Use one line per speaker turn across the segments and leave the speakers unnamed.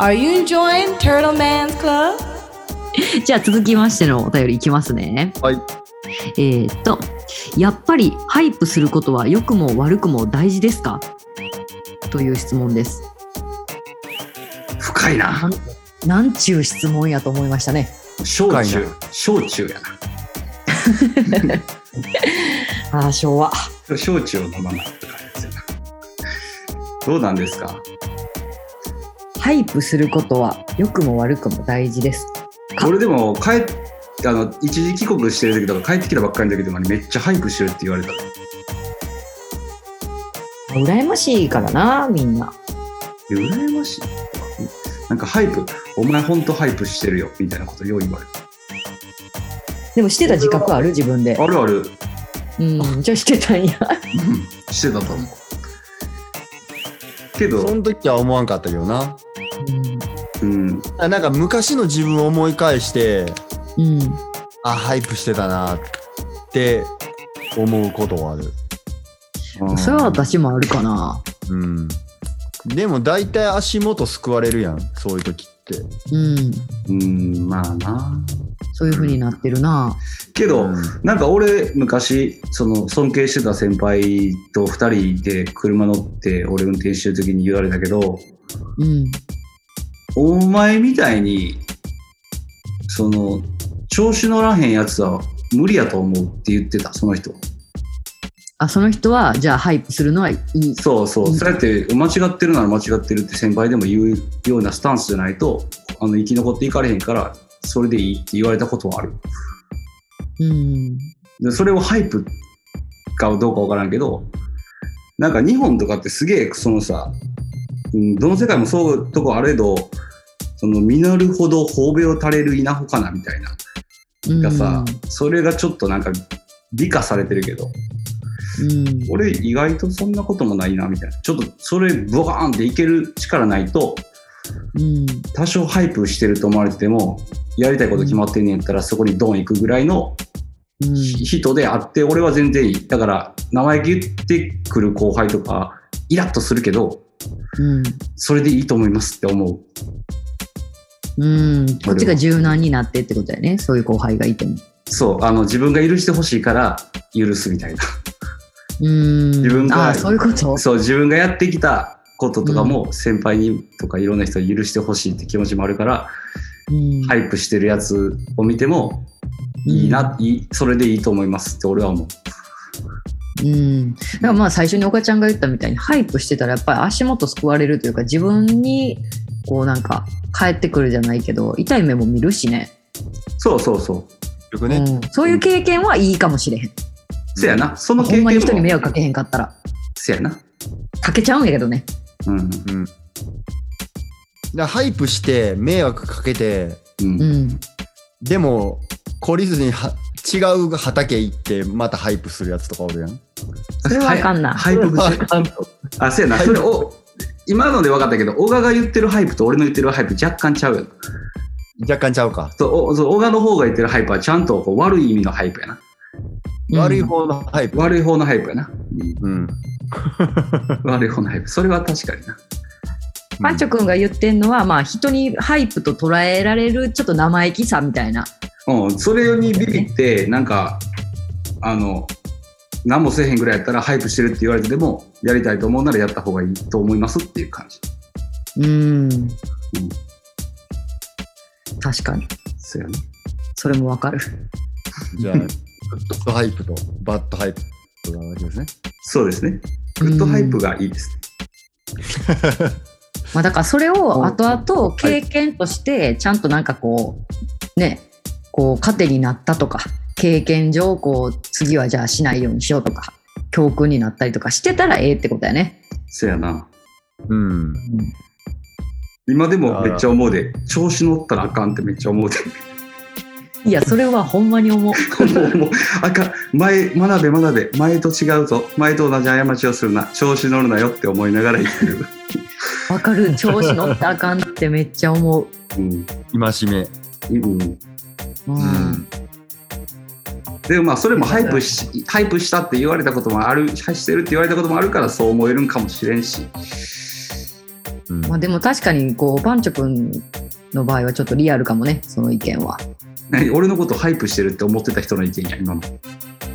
Are you enjoying Turtle Man's Club?
じゃあ続きましてのお便りいきますね。
はい。
えーっと、やっぱりハイプすることは良くも悪くも大事ですかという質問です。
深いな。
なんちゅう質問やと思いましたね。
小
深い
中
な。
小中やな。
ああ、昭和。
小中を飲まないって感じですよな。どうなんですか
ハイプすることは良くも悪くも大事です。か
俺でも帰っあの一時帰国してる時とか帰ってきたばっかりの時とかにめっちゃハイプしてるって言われた
羨ましいからな、みんな。
いや羨ましいなんかハイプお前ほんとハイプしてるよみたいなことよう言われる
でもしてた自覚ある自分で。
あるある、
うん、じゃあしてたんや。
うん、してたと思うけど
その時は思わんかったけどな。
うん
あなんか昔の自分を思い返して、
うん。
あ、ハイプしてたなって思うことはある。
うん。それは私もあるかな。
うん。でも大体足元救われるやん、そういう時って。
うん。
うんまあな
そういう風になってるな。
けど、
うん
なんか俺昔その尊敬してた先輩と2人で車乗って俺運転してる時に言われたけど
うん。
お前みたいにその調子乗らへんやつは無理やと思うって言ってたその人
あ、その人は、じゃあハイプするのはいい。
そうそう、
うん
そうやって間違ってるなら間違ってるって先輩でも言うようなスタンスじゃないとあの生き残っていかれへんからそれでいいって言われたことはある
うん。
でそれをハイプかどうかわからんけどなんか日本とかってすげえそのさうんどの世界もそうとこあれどその実るほど褒を垂れる稲穂かなみたいな
うん
がさ、それがちょっとなんか美化されてるけど
うん。
俺意外とそんなこともないなみたいなちょっとそれブワーンっていける力ないと
うん。
多少ハイプしてると思われててもやりたいこと決まってんねやったらそこにドン行くぐらいの
うん。
人であって俺は全然いいだから生意気言ってくる後輩とかイラッとするけど
うん。
それでいいと思いますって思う
うん。こっちが柔軟になってってことやね。そういう後輩がいても。
そうあの自分が許してほしいから許すみたいな
うん。自
分が
あ、そういうこと。
そう自分がやってきたこととかも先輩にとかいろんな人に許してほしいって気持ちもあるから、
うん。
ハイプしてるやつを見ても
うん
いいな、いいそれでいいと思いますって俺は思う
うん、だからまあ最初に岡ちゃんが言ったみたいにハイプしてたらやっぱり足元救われるというか自分にこうなんか返ってくるじゃないけど痛い目も見るしね
そうそうそう
結局ね、
うん、そういう経験はいいかもしれへん、
せやなその
ほん
経験も
まに人に迷惑かけへんかったら
せやな
かけちゃうんやけどね
うん
うん。だからハイプして迷惑かけて、
うん、
うん
でも懲りずには違う畑行ってまたハイプするやつとかおるやん。
それはあかんな
ハイハイプ
あ
口あせやなそれを今ので分かったけど小川が言ってるハイプと俺の言ってるハイプ若干ちゃうよ
若干ちゃうか。
そうおそう小川の方が言ってるハイプはちゃんとこう悪い意味のハイプやな
悪い方のハイプ。
悪い方のハイプやな、
うん。
うん悪い方のハイプそれは確かにな
パンチョ君が言ってんのは、まあ、人にハイプと捉えられるちょっと生意気さみたいな、
うん、それにビビって、なんか、あの、何もせえへんぐらいやったら、ハイプしてるって言われてでも、やりたいと思うならやった方がいいと思いますっていう感じ。
うん、確かに
そうやね。
それもわかる
じゃあ、グッドハイプとバッドハイプとなわけですね。
そうですね。グッドハイプがいいですね。
まあ、だからそれを後々
は
経
い
験としてちゃんとなんかこうねこう糧になったとか経験上こう次はじゃあしないようにしようとか教訓になったりとかしてたらええってことやね。
そうやな。
うん。
今でもめっちゃ思うで、調子乗ったらあかんってめっちゃ思うで。
いやそれはほんまに思う。
もうもうあかん。前、学べ学べ。前と違うぞ。前と同じ過ちをするな。調子乗るなよって思いながら言ってる。
わかる調子乗ったらあかんってめっちゃ思う。
うん。
今しめ。
うん
うん
でもまあそれもハイプしハイプしたって言われたこともあるしてるって言われたこともあるからそう思えるんかもしれんし
うん
まあ、でも確かにこうパンチョ君の場合はちょっとリアルかもねその意見は
何俺のことハイプしてるって思ってた人の意見や、今の。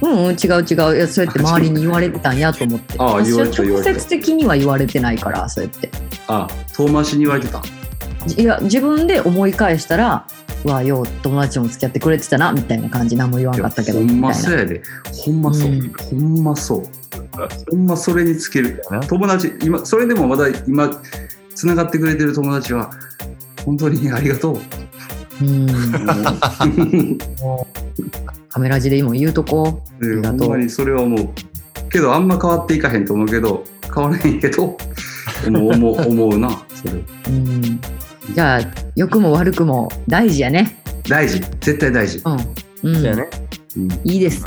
うん、うん、違う違ういやそうやって周りに言われてたんやと思って
ああ言われてた
私は
言わ
直
れてた
接的には言われてないからそうやって
あ遠回しに言われてた。
いや自分で思い返したらうわよう友達も付き合ってくれてたなみたいな感じ何も言わ
い
んか
や
ったけ
ほ
ど
ん
み
ま
たい
そう
な
やで。ほんまそう。
うん
ほんまそう。ほんまそれにつける。
な
友達、今、それでもまだ今、つながってくれてる友達は、本当にありが とう。
うんカメラ字で今言うとこあり
で
がと
ほんま
う
にそれはもうけどあんま変わっていかへんと思うけど変わらへんけど思う思う思うなそれ
うんじゃあ良くも悪くも大事やね
大事絶対大事、
うん、うん
そうやね
うん、
いいです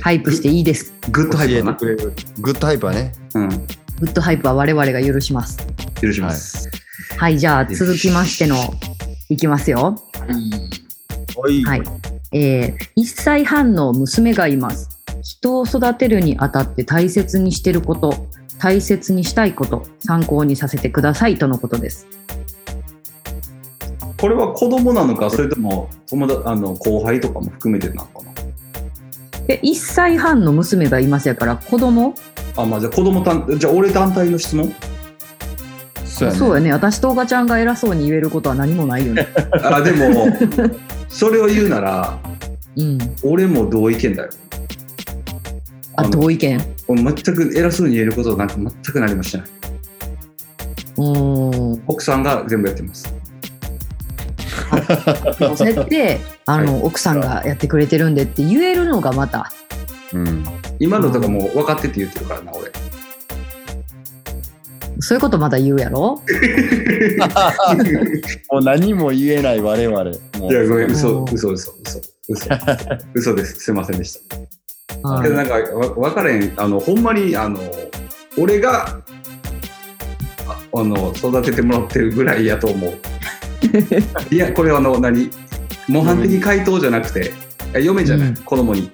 ハイプしていいです
グッド
教
ハイプ
え
だ
て
な
く、れるグッドハイプはね
うん、
グッドハイプは我々が許します
許します、
はいじゃあ続きましてのいきますよ
おい
はい。えー、1歳半の娘がいます。人を育てるにあたって大切にしてること、大切にしたいこと、参考にさせてくださいとのことです。
これは子供なのかそれとも友達あの後輩とかも含めてなのかな
え、1歳半の娘がいますやから、子供
あまあじゃあ子供単じゃあ俺単体の質問
そ
そうやね。私とおばちゃんが偉そうに言えることは何もない よね。
あでもそれを言うなら
うん。
俺も同意見だよ
あ、
の
同意見。
俺全く偉そうに言えることなんか全く何もしてないう
ーん。
奥さんが全部やってます
そうやって、あの、奥さんがやってくれてるんでって言えるのがまた、
うん
今のとかもう分かってて言ってるからな俺
そういうことまだ言うや ろ
もう何も言えない我々もう
いやごめん
う
嘘
ん
嘘嘘嘘嘘嘘です すいませんでし
は
た
い
けどなんかわ分からへんあのほんまにあの俺がああの育ててもらってるぐらいやと思う いやこれあの何模範的回答じゃなくてあ嫁じゃない、
うん
子供に、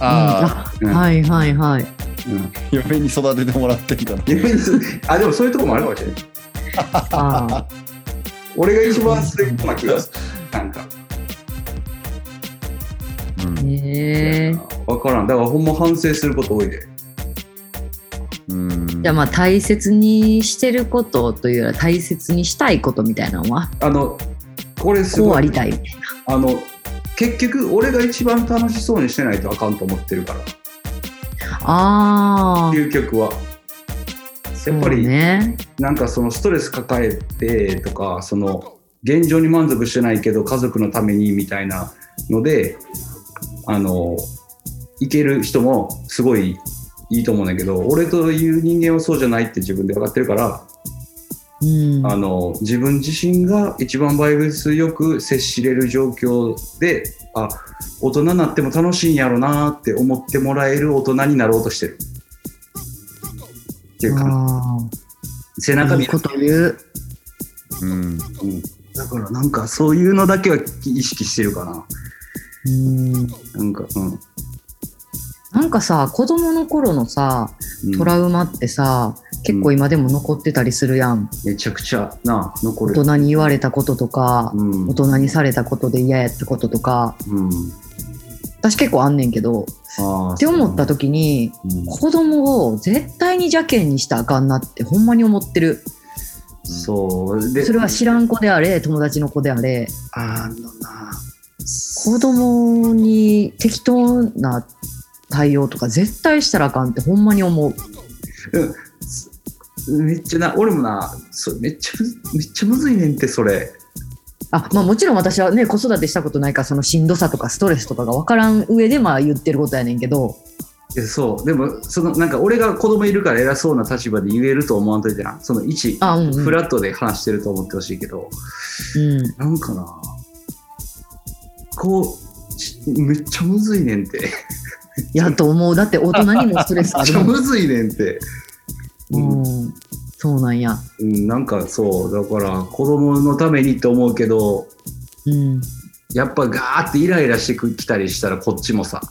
ああ
うん
はいはいはい。
うん
嫁に育ててもらってんだな
嫁にあでもそういうとこもあるかもしれない
あー
俺が一番末っ子な気がするなんか
うん
へえ
分からんだからほんま反省すること多いで
うん
じゃあまあ大切にしてることというよりは大切にしたいことみたいなのは
あのこれす
こう
ご
あ
い
りたいみたい
あの結局俺が一番楽しそうにしてないとあかんと思ってるから
な。ああ。
究極はやっぱ
そう
り、
ね。
なんかそのストレス抱えてとかその現状に満足してないけど家族のためにみたいなのであのいける人もすごいいいと思うんだけど俺という人間はそうじゃないって自分で分かってるから
うん。
あの自分自身が一番バイブスよく接しれる状況であ大人になっても楽しいんやろなって思ってもらえる大人になろうとしてるっていうか
あ
背
あ
中
い
見
い
る
こと言う。
うん
うんだからなんかそういうのだけは意識してるかな
うん。
なんかうん
なんかさ子供の頃のさ
うん
トラウマってさ、結構今でも残ってたりするやん。
めちゃくちゃな残
大
る
人に言われたこととか、
うん
大人にされたことで嫌やったこととか
うん
私結構あんねんけど
あー
って思った時に
うん
子供を絶対に邪険にしたらあかんなってほんまに思ってる。
そうで
それは知らん子であれ友達の子であれ
あのな
子供に適当な対応とか絶対したらあかんってほんまに思う
めっちゃな俺もなそれめっちゃむめっちゃむずいねんってそれ
あ、まあ、もちろん私はね子育てしたことないからそのしんどさとかストレスとかが分からん上でまあ言ってることやねんけど
えそうでもそのなんか俺が子供いるから偉そうな立場で言えると思わんといてなその一
あうんうん
フラットで話してると思ってほしいけど
うん
なんかなこうちめっちゃむずいねんて
やと思うだって大人にもストレス
め
あ
っ
る
ちゃ
もん、
むずいねんて、うん
うん、そうなんや
うん、なんかそうだから子供のためにって思うけど
うん
やっぱガーってイライラしてきたりしたらこっちもさ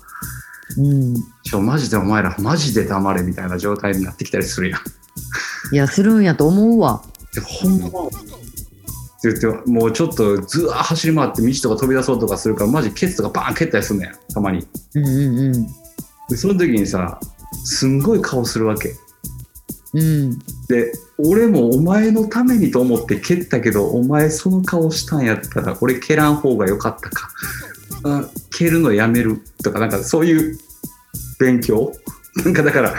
うん
ちょマジでお前らマジで黙れみたいな状態になってきたりするやん
いやするんやと思うわ
でほんまって言ってもうちょっとずわー走り回って道とか飛び出そうとかするからマジケツとかバーン蹴ったりすんねんたまに
うんうんうん
でその時にさすんごい顔するわけ
うん
で俺もお前のためにと思って蹴ったけどお前その顔したんやったら俺蹴らん方が良かったかあ蹴るのやめるとかなんかそういう勉強なんかだから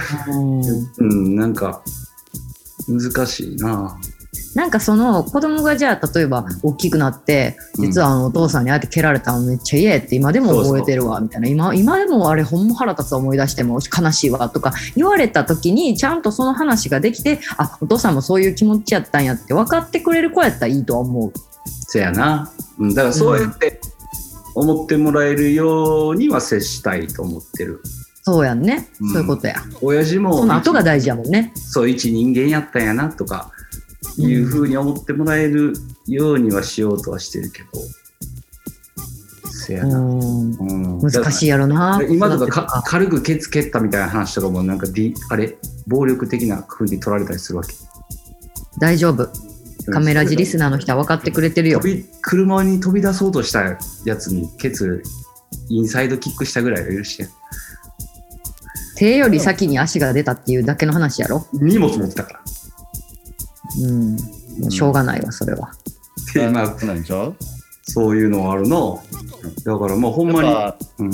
うんなんか難しいな
なんかその子供がじゃあ例えば大きくなって
うん
実はあのお父さんにあえて蹴られたのめっちゃ嫌やって今でも覚えてるわみたいな今今でもあれほんま腹立つ思い出しても悲しいわとか言われた時にちゃんとその話ができてあお父さんもそういう気持ちやったんやって分かってくれる子やったらいいとは思う。
そやな、うん、だからそうやって思ってもらえるようには接したいと思ってる
そうやんね、
うん
そういうことや
親父も
その後が大事やもんね
そう一人間やったんやなとかいうふうに思ってもらえるようにはしようとはしてるけど、せや
う
な、
ん
うん
難しいやろな
だから今とかか軽くケツ蹴ったみたいな話とかもなんか、D、あれ暴力的な風に取られたりするわけ
大丈夫カメラジリスナーの人は分かってくれてるよ
飛び車に飛び出そうとしたやつにケツインサイドキックしたぐらいは許してや
手より先に足が出たっていうだけの話やろ
荷物持ってたから
うんもうしょうがないわそれは
でまあ
そうなんでしょ
そういうのはあるなだからまあほんまに、
やっぱ
うん、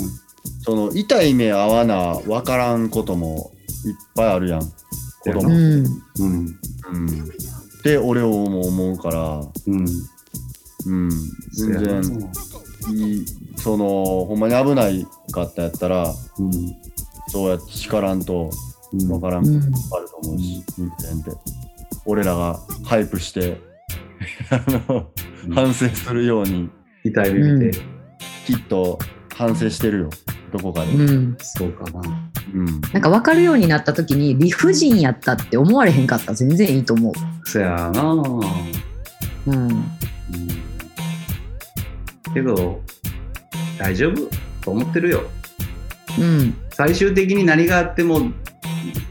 その痛い目合わな分からんこともいっぱいあるやん子
う
供、
ん
うん
うん、で俺をも思うか
う
ら、
ん
うん、
せや
全
な
然いいそのほんまに危ないかったやったら
うん
そうやって叱らんと
うん
分からん
う
こと
ん
あると思うし、人間って俺らがハイプして あの反省するように
痛い目見て、
きっと反省してるよどこかで、
うん
そうかな。
うん
なんか分かるようになった時に理不尽やったって思われへんかったら全然いいと思
そやな、うん
う、うん、
けど、大丈夫と思ってるよ。
うん
最終的に何があっても、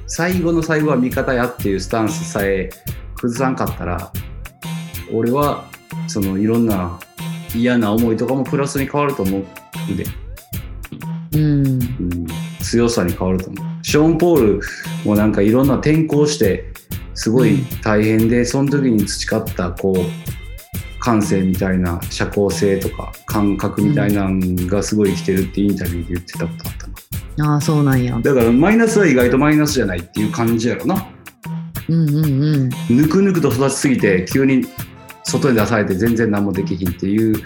最後の最後は味方やっていうスタンスさえ崩さんかったら、俺は、そのいろんな嫌な思いとかもプラスに変わると思うんで、
うん
うん、強さに変わると思う。ショーン・ポールもなんかいろんな転校して、すごい大変で、その時に培ったこう感性みたいな社交性とか感覚みたいなのがすごい生きてるってインタビューで言ってたことあったな
ああそうなんや
だからマイナスは意外とマイナスじゃないっていう感じやろな
うんうんうん
ぬくぬくと育ちすぎて急に外に出されて全然何もできひんっていう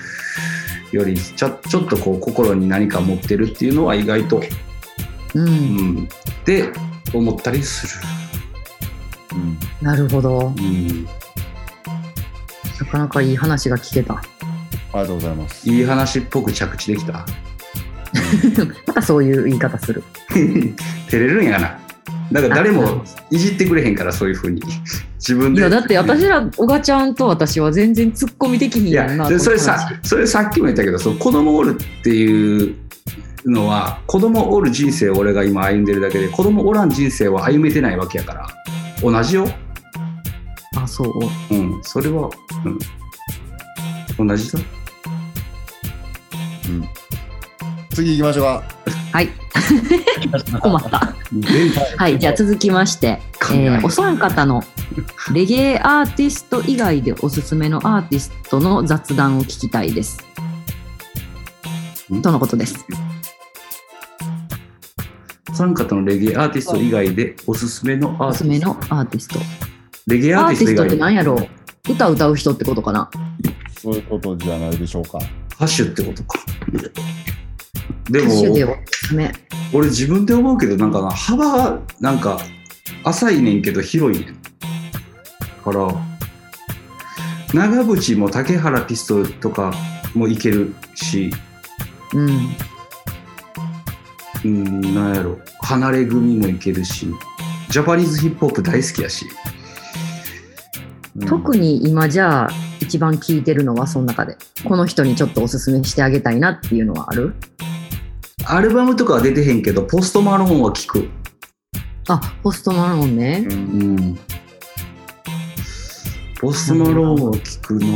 よりちょちょっとこう心に何か持ってるっていうのは意外と
う
うんんって思ったりす
うん
なるほど
る、うん、
なかなかいい話が聞けた
ありがとうございます
いい話っぽく着地できた
またそういう言い方する
照れるんやなだから誰もいじってくれへんからそういうふうに自分
い
で
やだって私ら小賀ちゃんと私は全然ツッコミできひん
い
やん
や
な
でそれ
この
さそれさっきも言ったけどその子供おるっていうのは子供おる人生を俺が今歩んでるだけで子供おらん人生は歩めてないわけやから同じよ、
話あそう
うん、それは、うん、同じだ
次行きましょうか
はい 困った
全体
はい、じゃあ続きまして、えーお三方 のレゲエアーティスト以外でおすすめのアーティストの雑談を聞きたいです。とのことです。
お三方のレゲエアーティスト以外でおすすめのア
お
ー
す
テ
す
ィ
め
スト
のアーティスト。
レゲエア
ア
ーテ
ーテ
ィス
ィストっ
ト以外
て何やろう歌を歌う人ってことかな
そういうことじゃないでしょうか
歌手ってことかで
歌手で
も
おすすめ。
俺自分で思うけどなんかな幅がなんか浅いねんけど広いねんから長渕も竹原ピストルとかもいけるし
うん。
うんなんやろ離れ組もいけるしジャパニーズヒップホップ大好きやし
特に今じゃあ、一番聞いてるのはその中で、この人にちょっとおすすめしてあげたいなっていうのはある
アルバムとかは出てへんけどポストマローンは聞く
あ、ホストマローンね
う。
うんんポストマローンを聞くな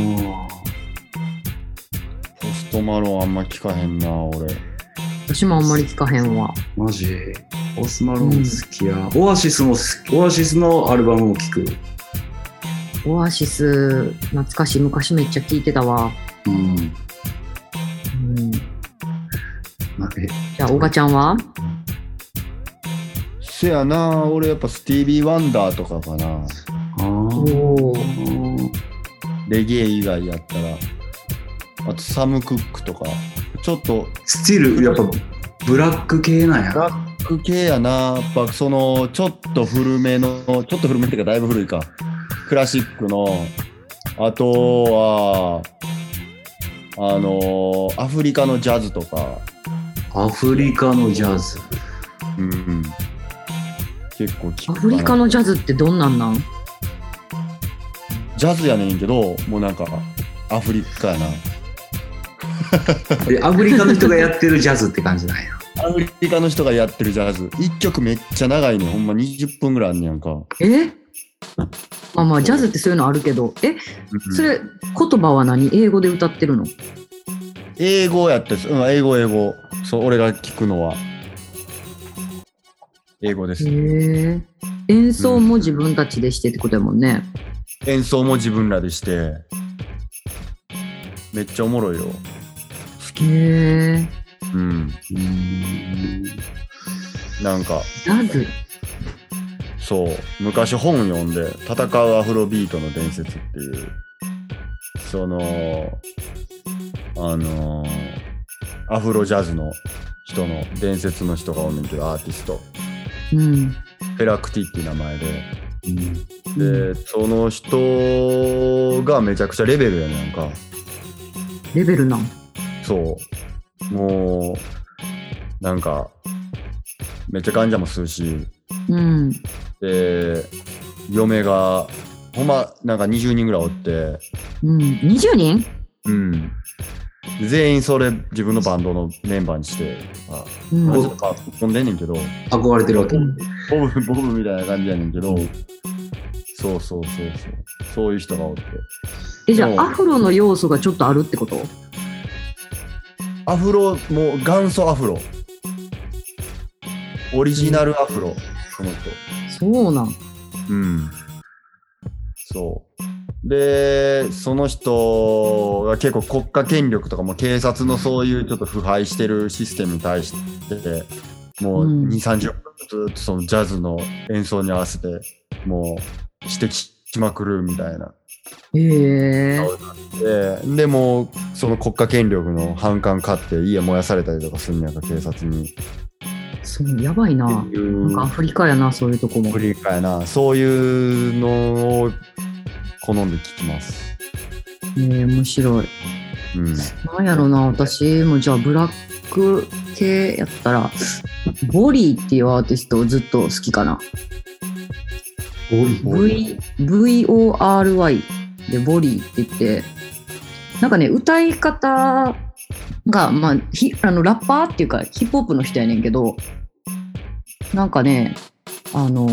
ポストマロンあんま聞かへんな、俺。
私もあんまり聞かへんわ。
マジポストマローン好きや、オアシスも好きオアシスのアルバムを聞く
オアシス、懐かしい。昔めっちゃ聞いてたわ。
うん
うん、じ
なんかえ
ゃあ、おがちゃんは
せやな、俺やっぱスティービー・ワンダーとかかな。
あー
お
あー
レゲエ以外やったら。あとサム・クックとか。ちょっと
スチールやっぱブラック系なんや
ブラック系やな、やっぱそのちょっと古めの、ちょっと古めっていうか、だいぶ古いか、クラシックの、あとは、あのアフリカのジャズとか、
アフリカのジャズ
うん、結構聞くか
ア
な
フリカのジャズってどんなんなん
ジャズやねんけど、もうなんか、アフリカやな。
えアフリカの人がやってるジャズって感じなんや
アフリカの人がやってるジャズ、1曲めっちゃ長いねん、ほんま20分ぐらいあんねやんか。
えあまあ、ジャズってそういうのあるけど、え、それ、言葉は何英語で歌ってるの
英語やったです。うん、英語、英語。そう、俺が聞くのは。英語です。
へえ。演奏も自分たちでしてってことやもんね。
演奏も自分らでして。めっちゃおもろいよ。
へえ。
うん。
うー
なんか、
ジャズ。
そう。昔本読んで、戦うアフロビートの伝説っていう。その、あのーアフロジャズの人の伝説の人がおんねんけど、アーティスト。
うん。
フェラクティっていう名前で。
ん
で、その人がめちゃくちゃレベルやねんなんか。
レベルなん。
そう。もう、なんか、めっちゃ患者もするし、
うん。
で、嫁が、ほんま、なんか20人ぐらいおって、
うん。20人
うん。全員それ自分のバンドのメンバーにして、あ、
うん。
まあちょ
う
っとか飛んでんねんけど、
憧れてるわけ
ん
ボブ、ボブみたいな感じやねんけど、そうそうそうそう、そういう人がおって。
え、じゃ
そう
あ、アフロの要素がちょっとあるってこと
アフロ、もう元祖アフロ。オリジナルアフロ、その人。
そうなん。
うん。そう。で、その人が結構国家権力とかも警察のそういうちょっと腐敗してるシステムに対して、もう
うん
2、30分ずっとそのジャズの演奏に合わせて、もう指摘しまくるみたいな。
へえ。
で、でもうその国家権力の反感買って家燃やされたりとかするんやんか、警察に。
そう、やばいな。なんかアフリカやな、そういうとこも
振。り返な、そういうのを好んで聞きます。
えー、面白い。
うん。
なんやろな、私もじゃあブラック系やったら、ボリーっていうアーティストをずっと好きかな。
ボリ
V- VORY でボリーって言って、なんかね、歌い方が、まあ、ひあのラッパーっていうかヒップホップの人やねんけど、なんかね、あの、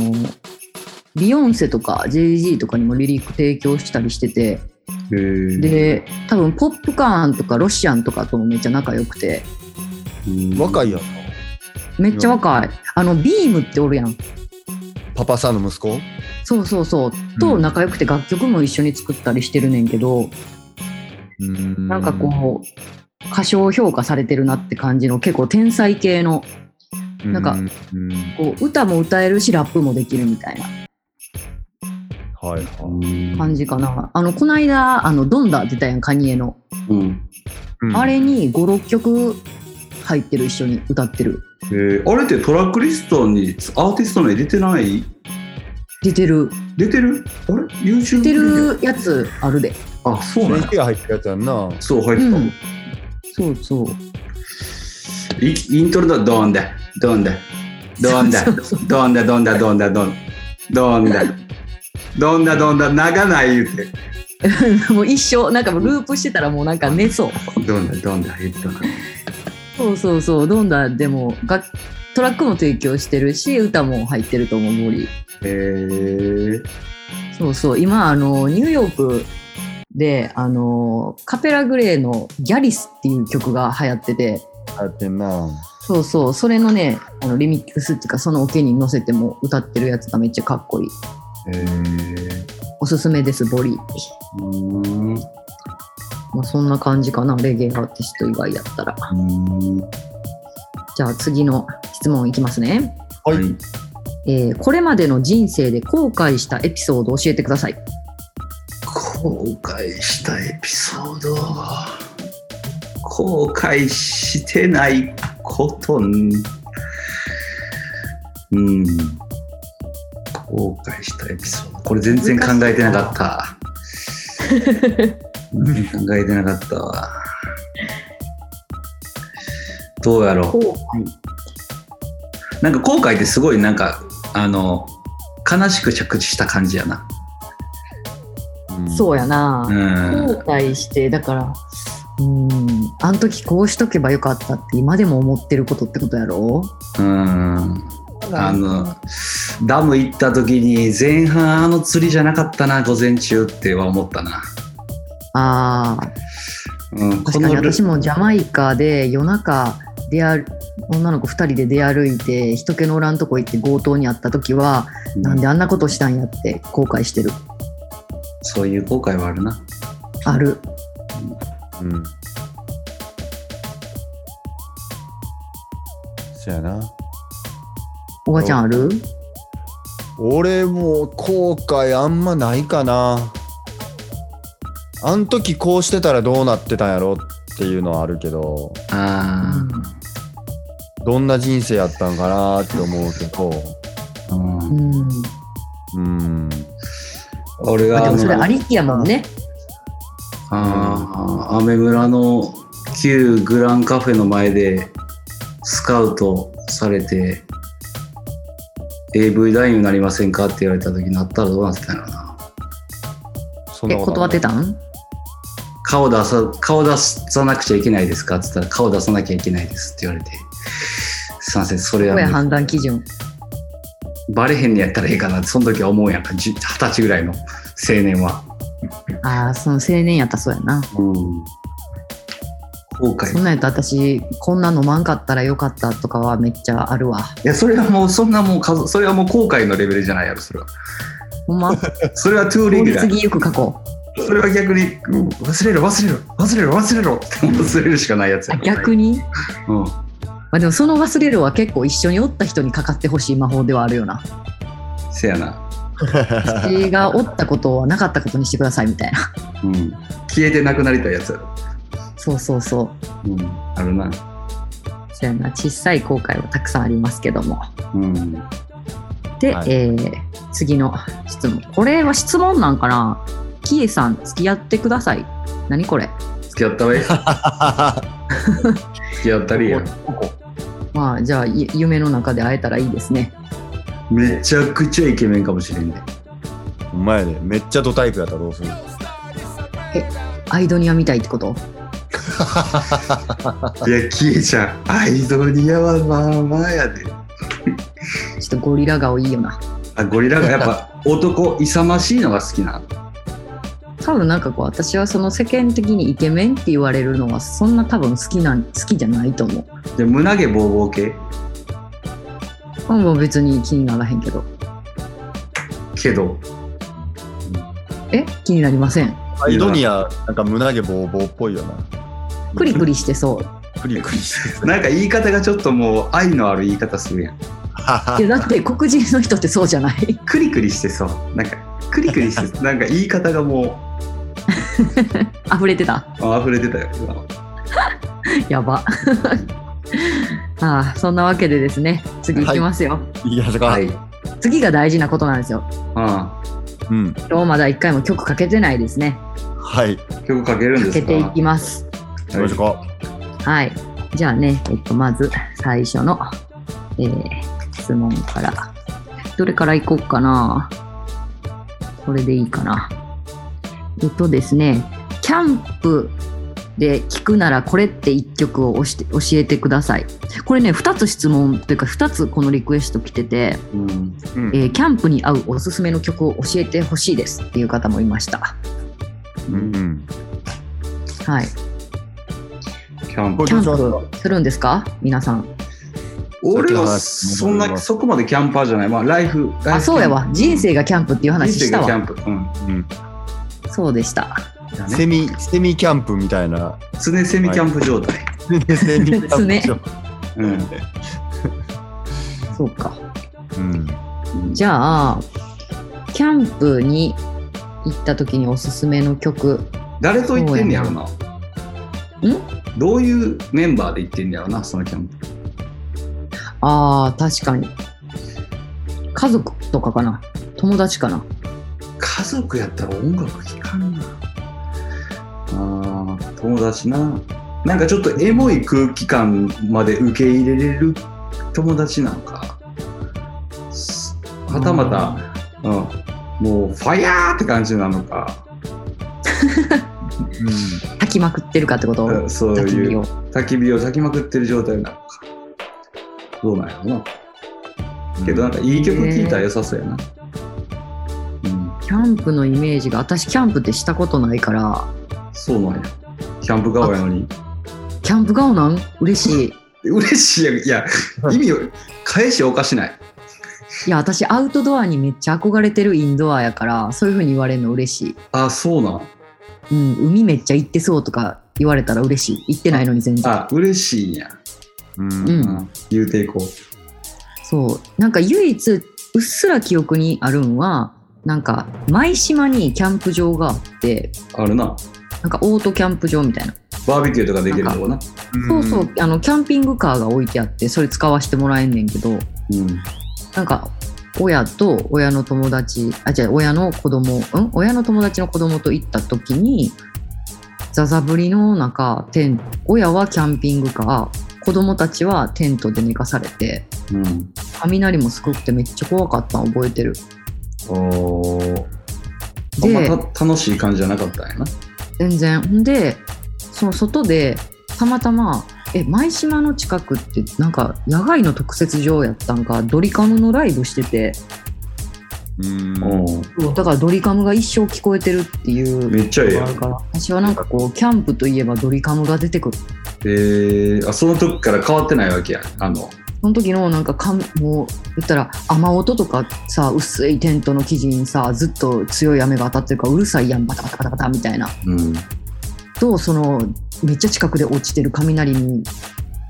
ビヨンセとか JG とかにもリリック提供したりしてて、
へー
で、多分ポップカーンとかロシアンとかともめっちゃ仲良くて、
うん
若いやん。
めっちゃ若い。あの、ビームっておるやん。
パパさんの息子
そうそうそう。と
うん
仲良くて楽曲も一緒に作ったりしてるねんけど、なんかこう、過小評価されてるなって感じの結構天才系の、
う
なんか
うん
こう歌も歌えるしラップもできるみたいな
はいは
感じかな。あの、こないだ、あの、ドンダ出たやん、カニエの。
うん
い。
あれに5、6曲入ってる一緒に歌ってる。
えーあれってトラックリストにアーティスト名出てない
出てる。
出てるあれ
出
?YouTube
てるやつあるで。
あそうなんや
先生が入ってるやつやんな。
そう入っ
う
てた、
ん。そうそう。
イイントロだドンだドンだドンだ
そうそう
ドンだドンだドンだドンドンだドンだドンだ長ない言うて
もう一生、なんかもうループしてたらもうなんか寝そう。
ドンだドンだ言ってた
そうそうそう、どんなでも楽トラックも提供してるし歌も入ってると思う森
へえ。
そうそう今あのニューヨークであのカペラグレーの「ギャリス」っていう曲が流行ってて
やってんな。
そうそうそれのねあのリミックスっていうかそのオケに乗せても歌ってるやつがめっちゃかっこいい
へえ。
おすすめですボリー、
うーん。う
まあ、そんな感じかなレゲエアーティスト以外やったら
ーん
じゃあ次の質問いきますね、
はい
はい。
えーこれまでの人生で後悔したエピソードを教えてください
後悔したエピソード後悔してないことんうん後悔したエピソードこれ全然考えてなかった全然考えてなかったわどうやろう
後
なんか後悔ってすごいなんかあの悲しく着地した感じやな
うん
そうやな、
うん
後悔してだからうんあの時こうしとけばよかったって今でも思ってることってことやろ
うんあのダム行った時に前半あの釣りじゃなかったな午前中っては思ったな、
あー
う
確
ん、
かに
このル
私もジャマイカで夜中出歩女の子2人で出歩いて人気のおらんとこ行って強盗にあった時は、なんであんなことしたんやって後悔してる
そういう後悔はあるな
ある
うん。そやな。
おばちゃんある
俺も後悔あんまないかな。あん時こうしてたらどうなってたんやろっていうのはあるけど、
あ
どんな人生やったんかなって思うけど、
ー、う、
うんん、
うん。
俺
まあ、で
があ
もそれ
の
ありきやもんね
あーアメ村の旧グランカフェの前でスカウトされて AV 男優になりませんかって言われた時になったらどうなってたのかな
そん
え
なこと
断
は
ってたん
顔出さ顔出さなくちゃいけないですかって言ったら顔出さなきゃいけないですって言われてすいませんそれ
こ
は
や判断基準
バレへんのやったらええかなってその時は思うやんかじゅ二十歳ぐらいの青年は、
ああその青年やったらそうやな
後
そ
悔
ん
い
なんやったら私こんな飲まんかったらよかったとかはめっちゃあるわ
やそれはもうそんなもう数それはもう後悔のレベルじゃないやろそれは
ほんま
それはトゥー
通
レギ
り
ュラー
過ぎゆく過去
それは逆に、うん忘れろ忘れろ忘れろ忘れろって忘れるしかないやつやろ
逆に、
うん
まあ、でもその忘れるは結構一緒におった人にかかってほしい魔法ではあるよ な
せやな、
私がおったことはなかったことにしてくださいみたいな
うん、消えてなくなりたいやつやろ、
そうそうそう
うん、あるな
そうやな小さい後悔はたくさんありますけども
うん
で、
はい
えー次の質問これは質問なんかなキエさん付き合ってください何これ
付き合ったわよ 付き合ったりや
まあじゃあい夢の中で会えたらいいですね
めちゃくちゃイケメンかもしれんね
お前で、めっちゃドタイプやったらどうする
アイドニアみたいってこと
いやキエちゃんアイドリアはまあまあやで
ちょっとゴリラ顔いいよな
あゴリラがやっ ぱ男勇ましいのが好きな
多分なんかこう私はその世間的にイケメンって言われるのはそんな多分好きなん好きじゃないと思う
で胸毛ボーボー系
まあもう別に気にならへんけど
けど
え気になりません
アイドニア、なんか胸毛ボーボーっぽいよな。
クリクリしてそう
クリクリしてる。
なんか言い方がちょっともう愛のある言い方するやん
いやだって黒人の人ってそうじゃない
クリクリしてそうなんかクリクリ してなんか言い方がも
溢れてた
うあ溢れてたよ今
やば。 ああそんなわけでですね次いきますよ、
いきましょうか。
はい
次が大事なことなんですよ
あ
うん。
今日まだ一回も曲かけてないですね
はい。行
あ曲かけるん
か
で
け
すか
ていきます
きましょうか。
はいじゃあね、えっと、まず最初の、えー質問からどれからいこうかなこれでいいかなえっとですねキャンプで聞くならこれって1曲を教えて教えてくださいこれね2つ質問というか2つこのリクエスト来てて、
うん
うん
えーキャンプに合うおすすめの曲を教えてほしいですっていう方もいました
うん
はい
キャン
こ
プ
れ
キャンプするんですか皆さん
俺はそんなそこまでキャンパーじゃないまあライフライフ
あそうやわ人生がキャンプっていう
人
話
生
した
がキャ
わ
ンプうん
うん
そうでした
だね
セミセミキャンプみたいな
常セミキャンプ状態
セミキャンプ でしょ
うん
そうか
うん
じゃあキャンプに行った時におすすめの曲
誰と行ってんねやろなどういうメンバーで行ってんねやろなそのキャンプ
あー確かに家族とかかな友達かな
家族やったら音楽聴かんなあー友達ななんかちょっとエモい空気感まで受け入れれる友達なんかすはたまた、うん、もうファイヤーって感じなのか、
う
炊きまくってるかってこと、
うんそう
焚き
い
火
う
を
焚き火を焚きまくってる状態なのかどうなんやろな、
ん
けどなんかいい曲聴いたら良さそうやな、うん
キャンプのイメージが私キャンプってしたことないから
そうなんやキャンプ顔やのに
キャンプ顔なん嬉しい
嬉しいやんいや意味を返しおかしない
いや私アウトドアにめっちゃ憧れてるインドアやからそういう風に言われるの嬉しい
あそうなん
うん海めっちゃ行ってそうとか言われたら嬉しい行ってないのに全然
あ嬉しいんや、
うん
うん
うん言うていこう
そうなんか唯一うっすら記憶にあるんはなんか舞島にキャンプ場があって
あるな
なんかオートキャンプ場みたいな、
バーベキューとかできるとこな
そうそうあのキャンピングカーが置いてあってそれ使わせてもらえんねんけど
うん
なんか親と親の友達あ違う親の子供うん親の友達の子供と行った時にザザぶりの中テン親はキャンピングカー子供たちはテントで寝かされて
うん
雷もすごくてめっちゃ怖かったの覚えてる
おーあん
で
また楽しい感じじゃなかったんやな
全然ほんでその外でたまたまえ舞島の近くってなんか野外の特設場やったんかドリカムのライブしてて
うん
おー
だからドリカムが一生聞こえてるっていう
めっちゃええや
あ
ん
るから私はなんかこうキャンプといえばドリカムが出てくる
えー、あその時から変わってないわけやあの
その時のなんかかんもう言ったら雨音とかさ薄いテントの生地にさずっと強い雨が当たってるからうるさいやんバタバタバタバタみたいな
うん
とそのめっちゃ近くで落ちてる雷に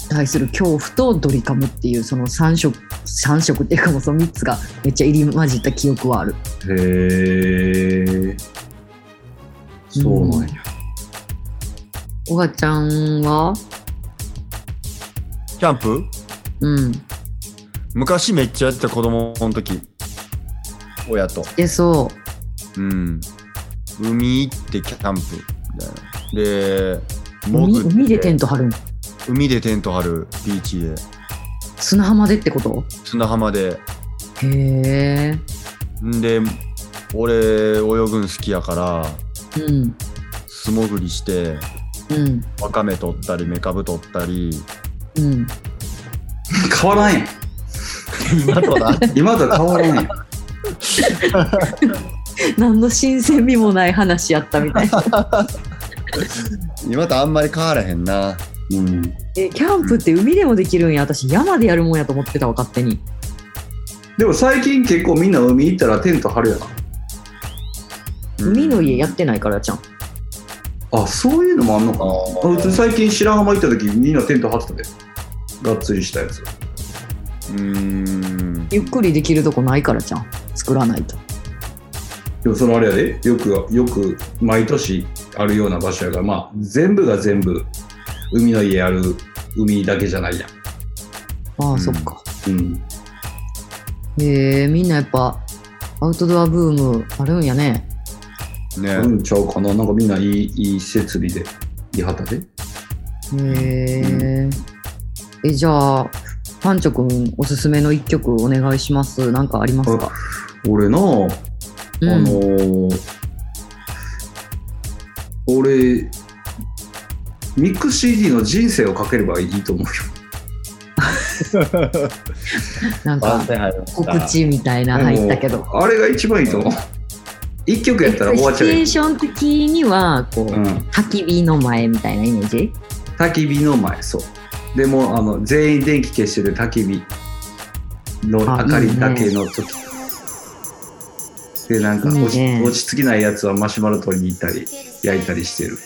対する恐怖とドリカムっていうその3色3色っていうかもうその3つがめっちゃ入り混じった記憶はある
へえそうなんや、
おがちゃんは
キャンプ
うん
昔めっちゃやってた子供の時親と
でそ
うん海行ってキャンプみたいなで
う海
潜
海
って
でテント張るん
海でテント張るビーチで
砂浜でってこと
砂浜で
へえ
んで俺泳ぐん好きやから
うん
素潜りして
うん
わかめ取ったりメカブ取ったり
うん
変わらんやん
今とな
今とは変わらんやん
何の新鮮味もない話やったみ たいな
今とあんまり変わらへんな
うん
えキャンプって海でもできるんや私山でやるもんやと思ってたわ勝手に
でも最近結構みんな海行ったらテント張るやな
海の家やってないからちゃん
あそういうのもあんのかな
あー
あうち最近白浜行った時みんなテント張ってたでがっつりしたやつ
うん
ゆっくりできるとこないからちゃん作らないと
でもそのあれやでよくよく毎年あるような場所やからまあ全部が全部海の家ある海だけじゃないや
ああ、
うん
そっか
んうん
へえみんなやっぱアウトドアブームあるんやね
ね
あるんちゃうかななんかみんないいいい設備でいい旗で
へえ、えじゃあパンチョくんおすすめの一曲お願いしますなんかありますか
俺なあ
う
あの
ん
ー俺ミックス CD の人生をかければいいと思うよ。
なんか告知みたいな入ったけど。
あれが一番いいと思う。一曲やったら終わっ
シチ
ち
ュ
ゃう
エ
よ
ー。ション的にはこう、
うん。
焚き火の前みたいなイメージ
焚き火の前、そう。でも、あの、全員電気消してる焚き火の
あ
明か
いい
り
ね
だけの時。で、なんか
いいね
落ち、落ち着きないやつはマシュマロ取りに行ったり、焼いたりしてる。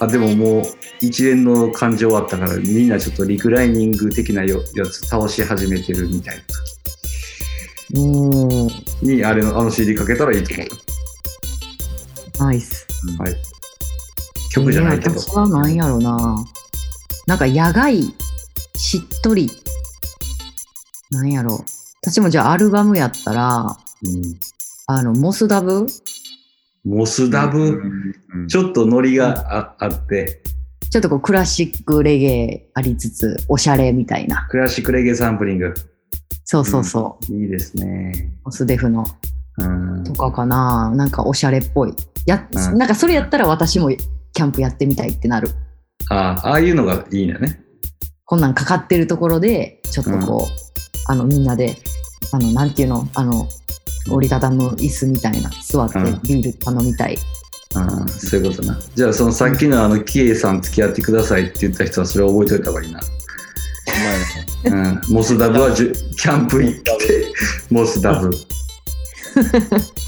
あ、でももう、一連の感じ終わったから、みんなちょっとリクライニング的なよやつ倒し始めてるみたいな
うん
時に、あれの、あの CD かけたらいいと思うよ。
ナイス
はい。曲じゃないけど
や。私は何やろななんか野外しっとりなんやろ私もじゃあアルバムやったら
うん
あのモスダブ
モスダブ、
うん
ちょっとノリがああって、
ちょっとこうクラシックレゲエありつつおしゃれみたいな
クラシックレゲエサンプリング、
そうそうそう、
いいですね。
モスデフの
うん
とかかななんかおしゃれっぽいや、
うん
なんかそれやったら私もキャンプやってみたいってなる
ああああいうのがいいんだね。
こんなんかかってるところでちょっとこう、あのみんなであのなんていうのあの折りたたむ椅子みたいな座って
うん
ビール頼みたい、
うん、そういうことな。じゃあ、そのさっきのあの、キエさん付き合ってくださいって言った人はそれを覚えといた方がいいな。うん、モスダブはじゅキャンプ行って、モスダブ。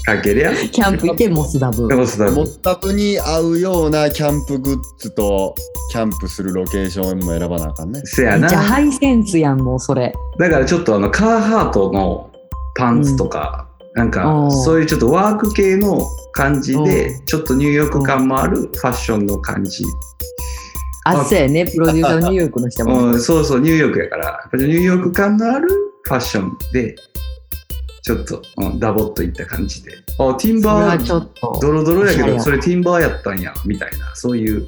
かけりゃ、
キャンプ行ってモスダブ
モスダ
モ
ブ。
ッタブに合うようなキャンプグッズとキャンプするロケーションも選ばなあかんね。
せや
めっ
な。
ちゃハイセンスやんもうそれ
だからちょっとあのカーハートのパンツとか、なん
お
か
ー
そういうちょっとワーク系の感じ
う
でちょっとニューヨーク感もあるファッションの感じ、
あ
あ
っせやねプロデューサーのニューヨークの人も、
うん、そうそうニューヨークやからやっぱりニューヨーク感のあるファッションでちょっと、うん、ダボっといった感じであティン
それ
バ
はちょ
ー
っと
ドロドロやけ
おしゃれ
ど
や
それティンバーやったんやみたいなそういう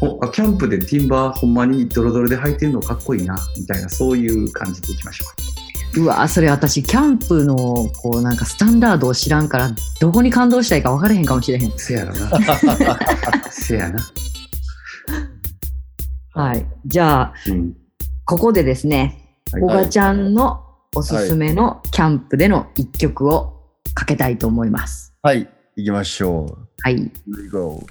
ほあキャンプでティンバーほんまにドロドロで履いてるのかっこいいなみたいなそういう感じでいきましょう
うわそれ私キャンプのこうなんかスタンダードを知らんからどこに感動したいか分からへんかもしれへん
せやろなせやな
はいじゃあ
うん
ここでですね
はい
小賀ちゃんのおすすめのキャンプでの一曲をかけたいと思います。
はい、行きましょう。
はい。
Here we go.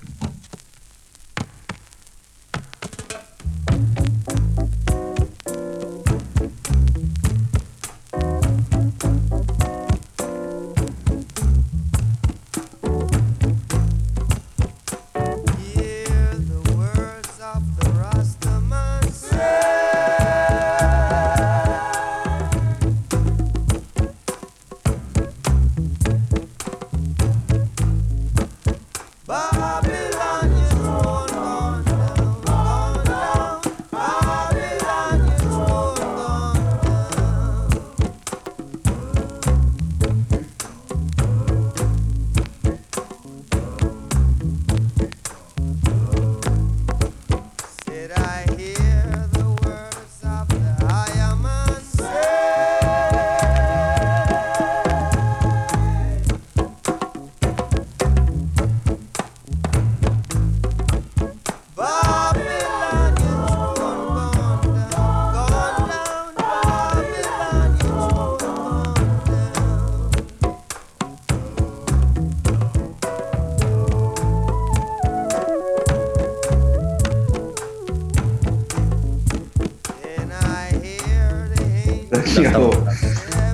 いやもう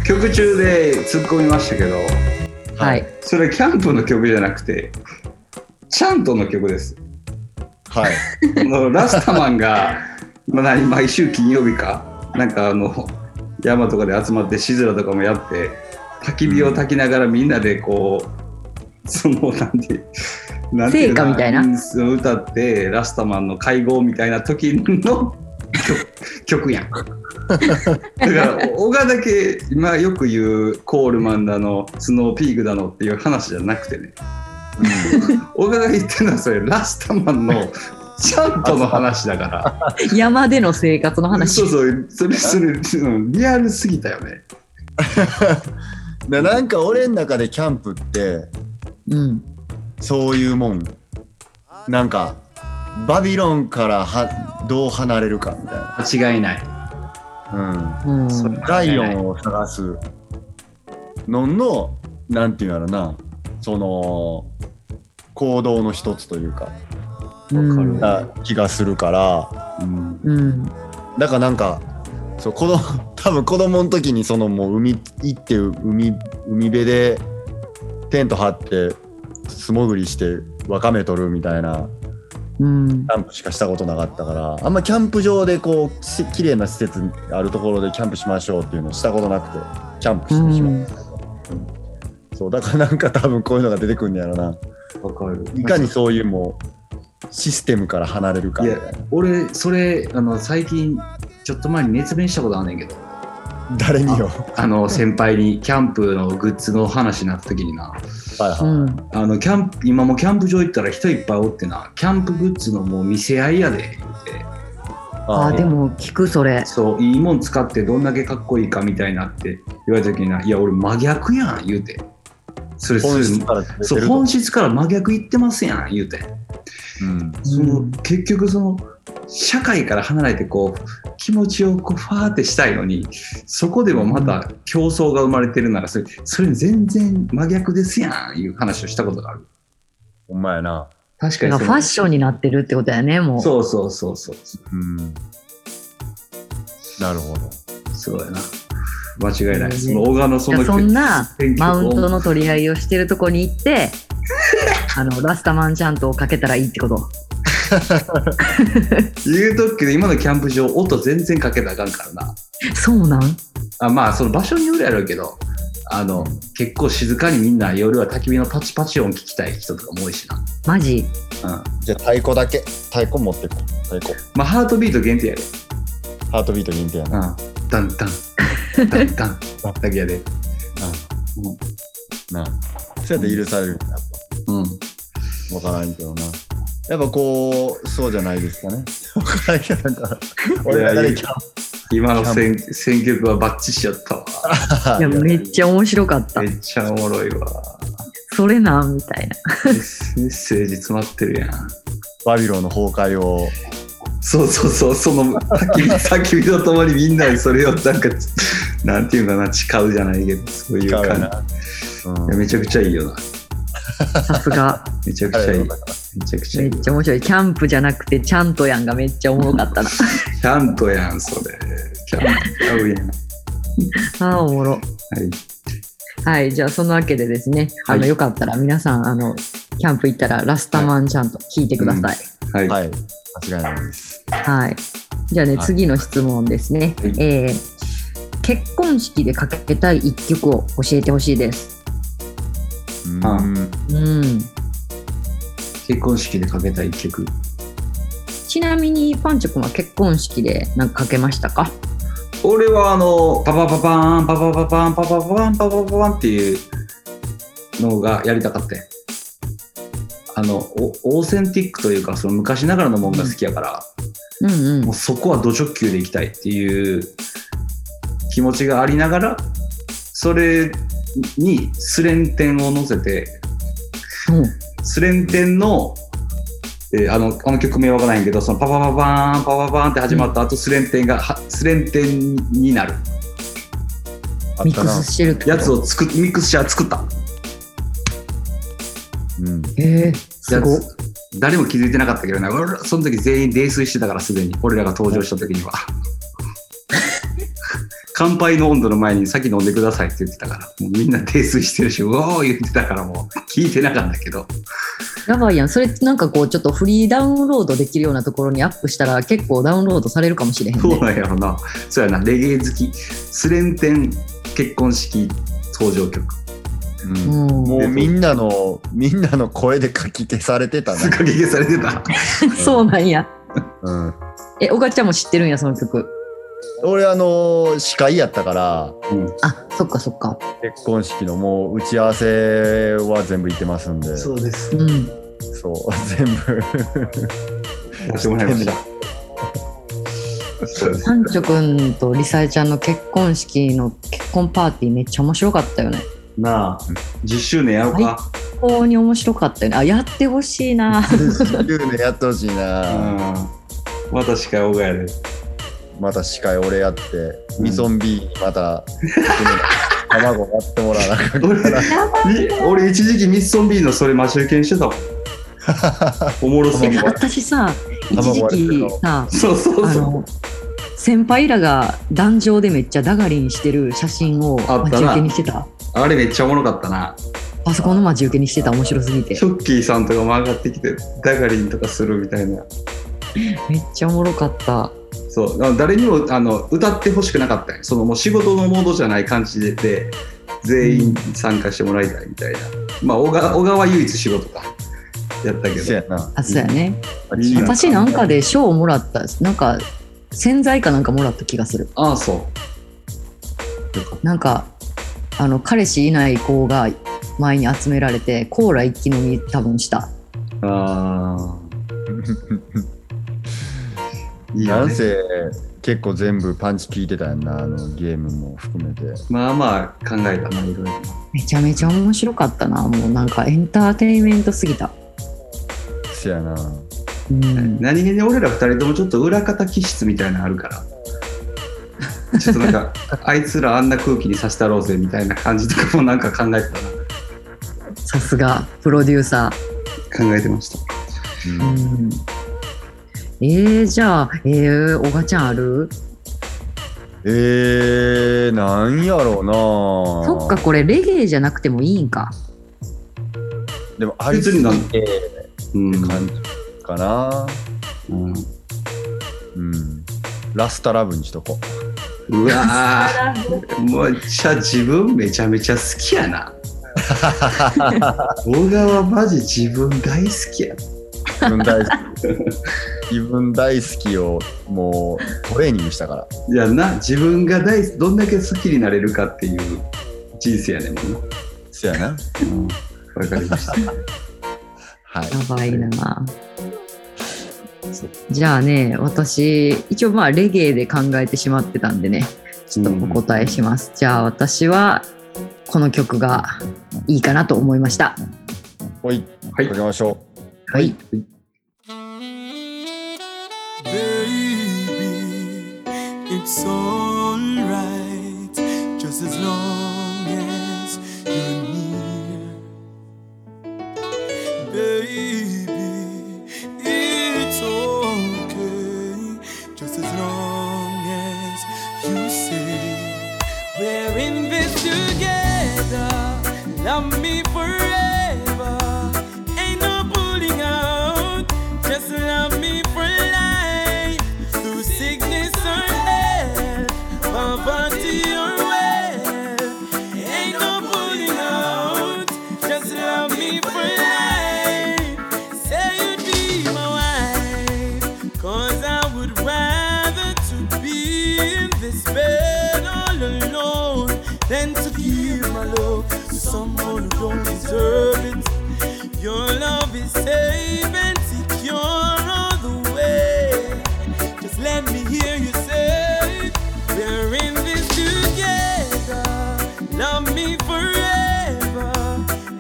曲中で突っ込みましたけど
はい。
それキャンプの曲じゃなくてチャントの曲です
はい。
あのラスタマンが、まあ、何毎週金曜日かなんかあの山とかで集まってシズラとかもやって焚き火を焚きながらみんなでこうそのなんてなんてい
聖
うの
歌みたいな
うんそう歌ってラスタマンの会合みたいな時の曲曲やん。だから小川だけ今よく言うコールマンだのスノーピークだのっていう話じゃなくてね小川が言ってるのはそれラスタマン のちゃんとの話だから。
山での生活の話
そう。そう、それ、それ、うんリアルすぎたよね。
でなんか俺の中でキャンプって
うん。
そういうもん。なんかバビロンからはどう離れるかみたい
間違いない。
な、
うん
それ
うん、
間
ラ
違
イ
い
オ
ない
ンを探すのんのなんていうんやろなその行動の一つというか
うん
わか
な気がするから
うん
るうん
だからなんかそう子供 多分子供の時にそのもう海行って海海辺でテント張って素潜りしてワカメ取るみたいな
うん
キャンプしかしたことなかったからあんまキャンプ場でこうし綺麗な施設あるところでキャンプしましょうっていうのをしたことなくてキャンプしてしまった、そうだからなんか多分こういうのが出てくるんやろな
わかる。
いかにそういうもうシステムから離れるか
い
み
や
たいな
俺それあの最近ちょっと前に熱弁したことあんねんけど
誰によ
あの先輩にキャンプのグッズの話になった時にな
はいはい、
うん
あのキャンプ今もうキャンプ場行ったら人いっぱいおってなキャンプグッズのもう見せ合いやで言って
あ
あ
ーでも聞くそれ
そういいもん使ってどんだけかっこいいかみたいなって言われた時にないや俺真逆やん言うてそれす
本質から出てると
そう本質から真逆言ってますやん言うて
うん
その、
うん
結局その社会から離れてこう気持ちをこうファーってしたいのにそこでもまた競争が生まれてるならそれそれ全然真逆ですやんいう話をしたことがある
ほんまやな
確か
だ
に
から
その
ファッションになってるってことやねもう
そうそうそうそう
うんなるほど
そうやな間違いない
ね
その小川のそ
い
の
やそんな
選挙
マ
を
ウントの取り合いをしてるとこに行って あのラスタマンチャントをかけたらいいってこと
言うとくけど今のキャンプ場音全然かけたらあかんからな
そうなん
あまあその場所によるやろうけどあの結構静かにみんな夜は焚き火のパチパチ音聞きたい人とかも多いしな
マジ
うん
じゃあ太鼓だけ太鼓持ってこ太鼓
まあハートビート限定やで
ハートビート認定やな
うんダンダンダンダンだけやで
なそうやって許されるんだ
うん
わからんけどな。やっぱこう、そうじゃないですかね。わからんけど、なんか、 俺ら誰キャン
今の選選曲はバッチしちゃったわ
パー
いやめっちゃ面白かった
めっちゃおもろいわ
それなんみたいな
メッセージ詰まってるやん
バビロンの崩壊を、
そうそうそうその焚き火焚き火とともにみんなにそれをなんかなんていうんかな誓うじゃないけどそういう
使うよ
感
な。
じいやめちゃくちゃいいよな
さすが
めちゃくちゃいいめちゃくちゃい
め
い
っちゃ面白いキャンプじゃなくてちゃんとやんがめっちゃおもろかったな
キャンプやんそれキャンプやんは
あーおもろ
い
はいじゃあそのわけでですね、あ
は
の
い
よかったら皆さんあのキャンプ行ったらラスタマンチャント聞いてください、
はい、
はい。間違いないです。
はい。じゃあね、
はい
次の質問ですね。
はい
えー結婚式でかけたい一曲を教えてほしいです。
うん。
あ
うん。
結婚式でかけた一曲
ちなみに、パンチョくんは結婚式でなんかかけましたか
俺はあのパパパパーンパパパパーンパパパパーンパパパパーンっていうのがやりたかったよあのおオーセンティックというかその昔ながらのもんが好きやから、
うんうん
もう。そこは土直球でいきたいっていう気持ちがありながらそれにスレンテンを乗せて
うん
スレンテンの、えーあのあの曲名わからないけどそのパパパパーンパパパーンって始まった後、スレンテンがはスレンテンになる
あっ
ミッ
た
ク
な
ス。してるってこと
やつを作っミックスチャー作った
うん。
えー、すご
やつ誰も気づいてなかったけどね俺らその時全員泥酔してたからすでに俺らが登場した時に は乾杯の温度の前に先飲んでくださいって言ってたからもうみんな泥酔してるしうおー言ってたからもう聞いてなかったけど
やばいやん。それなんかこう、ちょっとフリーダウンロードできるようなところにアップしたら結構ダウンロードされるかもしれへんね。
どうなんやろなそうやなレゲエ好きスレンテン結婚式登場曲
う
う
ん
ん、
もうみんなの、みんなの声でかき消されてた
す
な。
かげげされてた
そうなんや。
うん。
え、おがちゃんも知ってるんや、その曲。
俺、あの、司会やったから、
あ、そっかそっか。
結婚式のもう打ち合わせは全部行ってますんで、そう
です
うん。、
全部。
やってもらいましたそうです
パンチョくんとリサイちゃんの結婚式の結婚パーティーめっちゃ面白かったよね。
なあ10周年やろうか、
高に面白かったよねあやってほしいな
10年やってほしいな、
うんまた司会 がやる。
また司会俺やって、ミソンビーにまた 卵やってもらわなあかんから
み俺一時期ミッソン B のそれ待ち受けにしてたもん。おもろそ
え
う。
私さ一時期さ
そうそう
あ
そう。
の先輩らが壇上でめっちゃダガリンしてる写真を
あった
待
な
ち受けにしてた
あれめっちゃおもろかったな。
あそこの待ち受けにしてた面白すぎて
ショッキーさんとかも上がってきて、ダガリンとかするみたいな。
めっちゃおもろかった
そう。だから誰にもあの歌ってほしくなかったんよそのもう仕事のモードじゃない感じで、全員参加してもらいたいみたいな。まあ、小川小川唯一仕事か。やったけ
せや
ど。
な
あそうやね
いいな
私なんかで賞をもらったなんか洗剤かなんかもらった気がする
ああ、そ
なんかあの彼氏いない子が前に集められてコーラ一気飲み多分した
う。 ああ。いい
な
よ
ん
ね。
せ結構全部パンチ効いてたやんなあのゲームも含めて
まあまあ考えたな、いろいろ。
めちゃめちゃ面白かったなもうなんかエンターテインメントすぎた
せやな
うん
何気に俺ら二人ともちょっと裏方気質みたいなのあるからちょっとなんか あいつらあんな空気にさせたろうぜみたいな感じとかもなんか考えて
さすがプロデューサー
たな考えてました
うん
うんえー、じゃあ、えー、おがちゃんある
えー、なんやろうな
そっか、これレゲエじゃなくてもいいんか。
でもありすぎてっ
うん、
て感じかな
うん
うんラスタラブにしとこう
うわー もうじゃあ自分めちゃめちゃ好き やな小川マジ自分大好きや
自分大好き自分大好きをもうトレーニングしたから
いやな自分が大好きどんだけ好きになれるかっていう人生やねんもんな、
せやな
うん、わかりました
はい
やばいな。じゃあね、私、一応まあレゲエで考えてしまってたんでね、 ちょっとお答えします。じゃあ私は、この曲がいいかなと思いました。
おい
はい
かけましょう
はい。
Baby, it's alright, just as long as you're near. Baby, it's okay, just as long as you say we're in this together. Love me forever, ain't no pulling out. Just love me for life, through sickness or health, poverty or wealth. Ain't no pulling out. Just love me for life. Say you'd be my wife. Cause I would rather to be in this bed all alone than to give my love to someone who don't deserve it. Your love is safe and secure all the way. Just let me hear you say, We're in this together. Love me forever.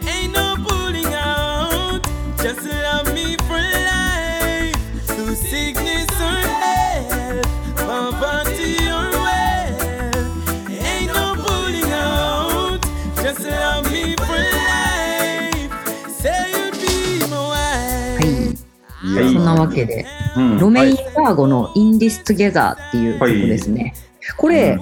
Ain't no pulling out. Just love me for life. Through sickness or health, poverty or wealth. Ain't no pulling out. Just love me for life. Say you'd be my
は
wife.
い。
い
そ
はい
んなわけで、
うん
ロメインバーゴの「インディス・トゥゲザー」っていう曲ですね。これ、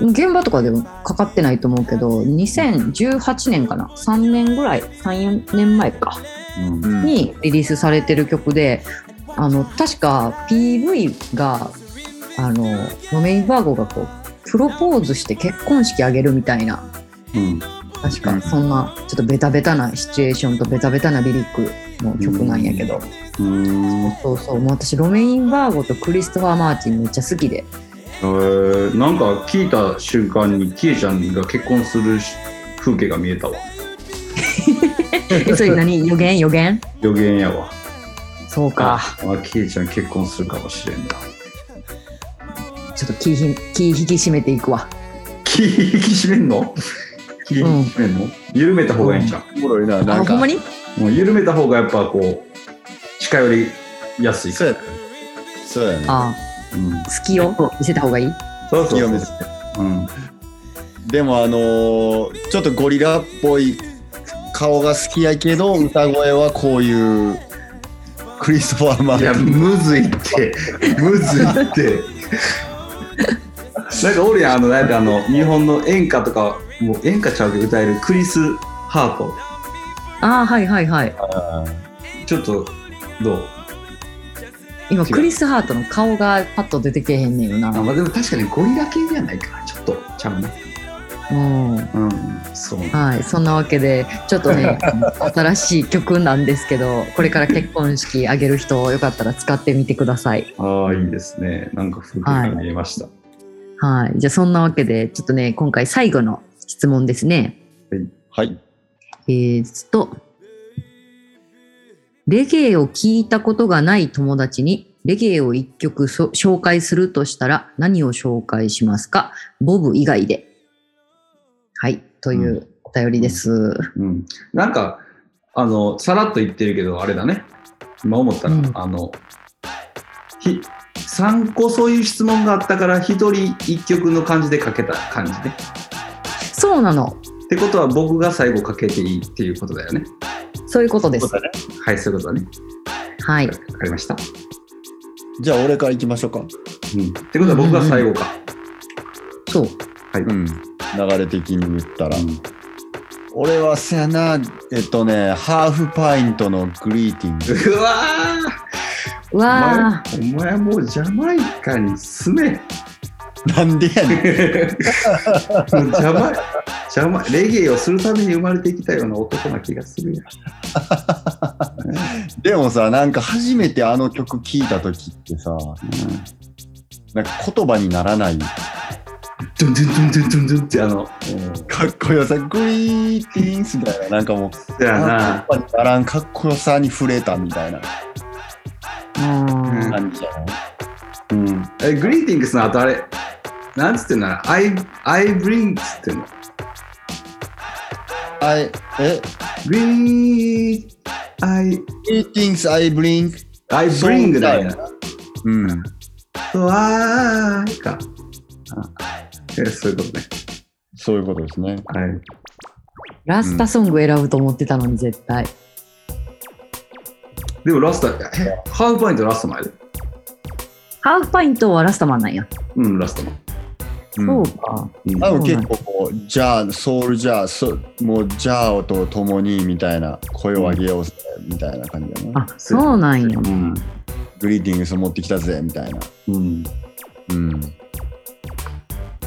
現場とかでもかかってないと思うけど、2018年かな ?3 年ぐらい ?3、4年前か。
うん
うん
にリリースされてる曲であの確か PV があのロメインバーゴがこうプロポーズして結婚式あげるみたいな
うん
確
うん
かそんなちょっとベタベタなシチュエーションとベタベタなリリックの曲なんやけど、
うーんへ
そうそうもう私ロメインバーゴとクリストファー・マーティンめっちゃ好き で
ーなんか聞いた瞬間にキエちゃんが結婚するし風景が見えたわ
えそれ何予言予言
予言やわ
そうか
あキエちゃん結婚するかもしれんな
ちょっと気ひ気引き締めていくわ
気引き締めんの気にしてんの緩めた方がいいんじゃん。
おもろいな、な
あ
ん
ほんま
か。
に
もう緩めた方がやっぱこう、近寄りやすい。
そうやね。そうやね。
あ
うん。
隙を見せた方がいい
そうそう
清
そう
水。
うん。
でもあのーちょっとゴリラっぽい顔が好きやけど歌声はこういうクリストファー・マ
いや、
ーティン
むずい って、むずいって。なんかおるやん、あの、なんかあの、日本の演歌とか、もう演歌ちゃうけど歌えるクリス・ハート。
ああはいはいはい
ちょっと、どう
今
違う
クリス・ハートの顔がパッと出てけへんねんよな
あ、まあ、でも確かにゴリラ系じゃないか。ちょっと、ちゃうな。
うん
うん、そう。
はい、そんなわけでちょっとね新しい曲なんですけどこれから結婚式あげる人よかったら使ってみてください、
ああ、いいですね。なんか風景が見えました。
はい、じゃあそんなわけでちょっとね今回最後の質問ですね
はい。
えー、っとレゲエを聞いたことがない友達にレゲエを一曲そ紹介するとしたら何を紹介しますかボブ以外ではいというお便りです、
うん。なんか、あの、さらっと言ってるけど、あれだね。今思ったら、
うん
あの、ひ、3個そういう質問があったから、1人1曲の感じで書けた感じね。
そうなの
ってことは、僕が最後書けていいっていうことだよね。
そういうことです
そうだね
はい、そういうことだね。
はい
わかりました。
じゃあ俺から行きましょうか。
うん。ってことは、僕が最後か。
そう
うん。流れ的に言ったら。俺はせやな、えっとね、ハーフパイントのグリーティング。
うわー
うわあ
お前お前もうジャマイカに住め も
なんでやねん。
うジャマイジャマレゲエをするために生まれてきたような男な気がするやん
でもさ、なんか初めてあの曲聴いた時ってさ、なんか言葉にならない。
ドゥンドゥンドゥンドゥンドゥンドゥンってあの、
かっこよさ、グリーティングみたいな、なんかもう、
だよ
やっ
な、
ぱりならんかっこよさに触れたみたいな
うん
感じじゃない
うん、えグリーティングスの後あれなんつってんのアイアイブリンクスってんの
あいえ
グリーアイ
Greetings I bring
アイブリングだよな
うん
そうあーかあえそういうことね
そういうことですね
はい
ラスタソング選ぶと思ってたのに絶対。
でもラストえハーフパイントラスト前で
ハーフパイントはラスタマンなんや。
うんラスト前
うん
そうか。
うん
多分結構こうジャーソウルジャーそもうジャーと共にみたいな声を上げようぜみたいな感じだな
あ、そうなんや。
うん
グリーティングス持ってきたぜみたいな
うん
うん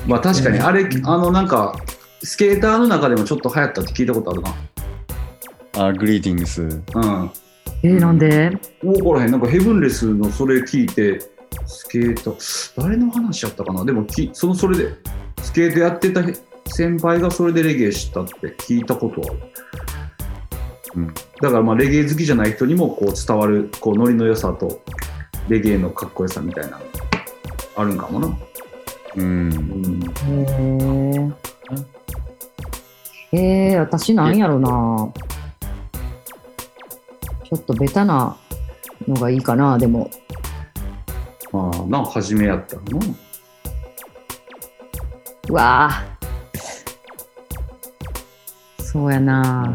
まあ確かにあれ、あのなんかスケーターの中でもちょっと流行ったって聞いたことある
あグリーティングス
な
えー、なんで
うん分からへんなんかヘブンレスのそれ聞いてスケート誰の話やったかなでもきそのそれでスケートやってた先輩がそれでレゲエしたって聞いたことある、
うん
だからまあレゲエ好きじゃない人にもこう伝わるこうノリの良さとレゲエのかっこよさみたいなのあるんかもな、
うん
へーえー、私なんやろな。ちょっとベタなのがいいかな、でも。
まあな初めやったらな
うわあ。そうやな。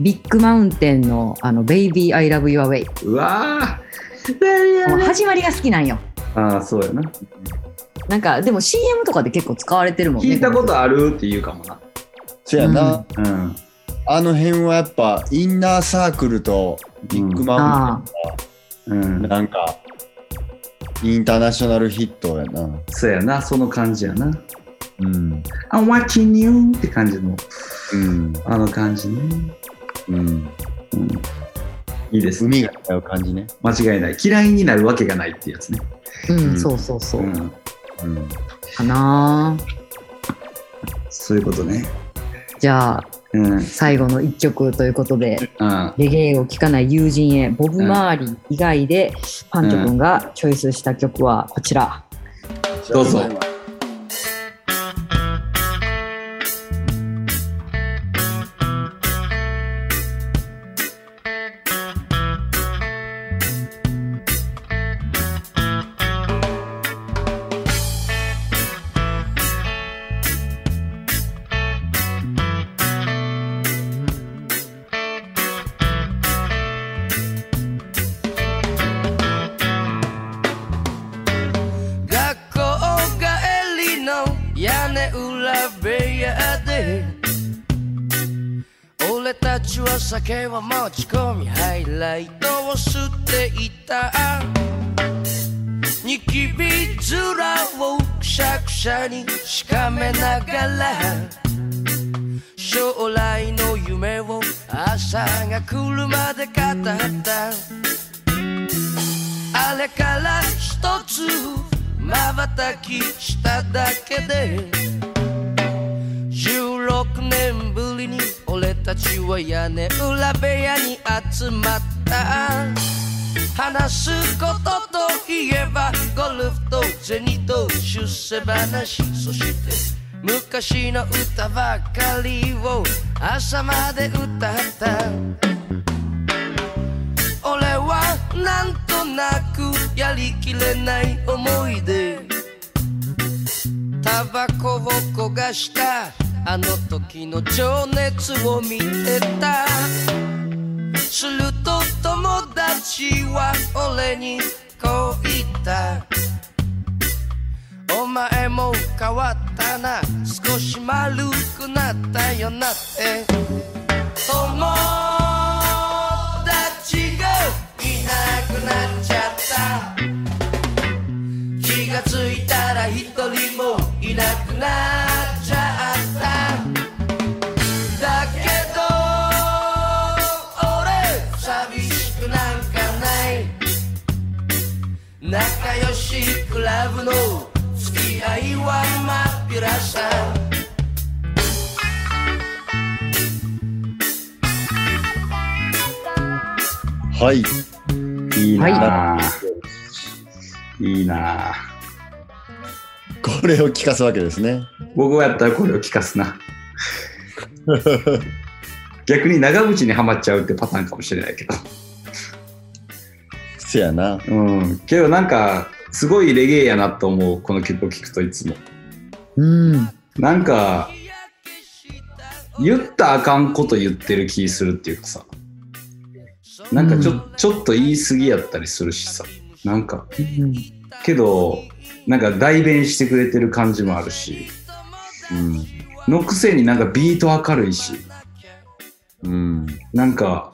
ビッグマウンテンのあの、ベイビー・アイ・ラブ・ユア・ウェイ。
うわ
もう始まりが好きなんよ。
ーああそうやな
なんか、でも CM とかで結構使われてるもんね。
聞いたことあるって言うかもな。
せやな、
うん
うん。
あの辺はやっぱインナーサークルとビッグマウン
ああ。
うん
テン、なんかインターナショナルヒットやな
そうやな、その感じやな。
うん。
I'm watching you って感じの、
うん。
あの感じね。
うん。
うん。いいです。
海が違う感じね。
間違いない。嫌いになるわけがないってやつね。
うん、
うん
そうそうそう。
ん。
うん。
かなあ
そういうことね。
じゃあ、
うん。うん。
最後の一曲ということで、
あ
レゲエを聴かない友人へ、ボブ・マーリー以外で、パンチョ君がチョイスした曲はこちら。
どうぞ。
で俺たちは酒は持ち込みハイライトを吸っていたニキビ面をくしゃくしゃにしかめながら将来の夢を朝が来るまで語ったあれから一つ瞬きしただけで16年ぶりに俺たちは屋根裏部屋に集まった話すことといえばゴルフと銭と出世話そして昔の歌ばかりを朝まで歌った俺はなんとなくやりきれない思いでタバコを焦がしたあの時の情熱を見てたすると友達は俺にこう言ったお前も変わったな少し丸くなったよなって友達がいなくなっちゃった気がついたら一人もいなくなっちゃっただけど俺寂しくなんかない仲良しクラブの付き合いはまっぴらさ
はい。
いいなあ、、
はい
いなあ
これを聞かすわけですね。
僕はやったらこれを聞かす な逆に長渕にはまっちゃうってパターンかもしれないけど
せやな。
うんけどなんかすごいレゲエやなと思うこの曲を聴くといつも
うん。
なんか言ったらあかんこと言ってる気するっていうかさなんかちょ,、
う
ちょっと言い過ぎやったりするしさなんか
うん
けどなんか代弁してくれてる感じもあるし
うん。
のくせになんかビート明るいし
うん。
なんか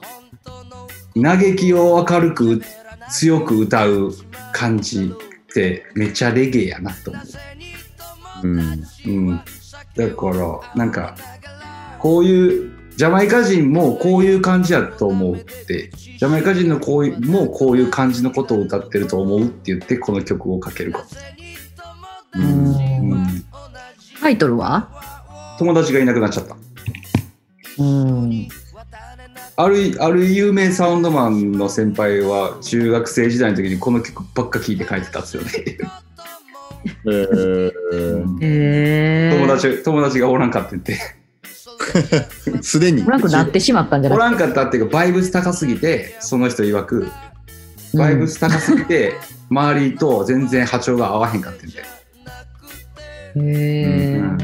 嘆きを明るく強く歌う感じってめっちゃレゲエやなと思う。
うん。
うん、だからなんかこういうジャマイカ人もこういう感じやと思うってジャマイカ人のこういうもうこういう感じのことを歌ってると思うって言ってこの曲をかけるか、うん、
タイトルは
友達がいなくなっちゃった
うん。
あるある有名サウンドマンの先輩は中学生時代の時にこの曲ばっか聴いて書いてたんですよね
えー、
へえ。
友達友達がおらんかって言って
すでに
お。らんくなってしまったんじゃ
お
な
らんかったっていうかバイブス高すぎてその人曰く
い
バイブス高すぎて、 周りと全然波長が合わへんかってんで、
うんへえ
う。ん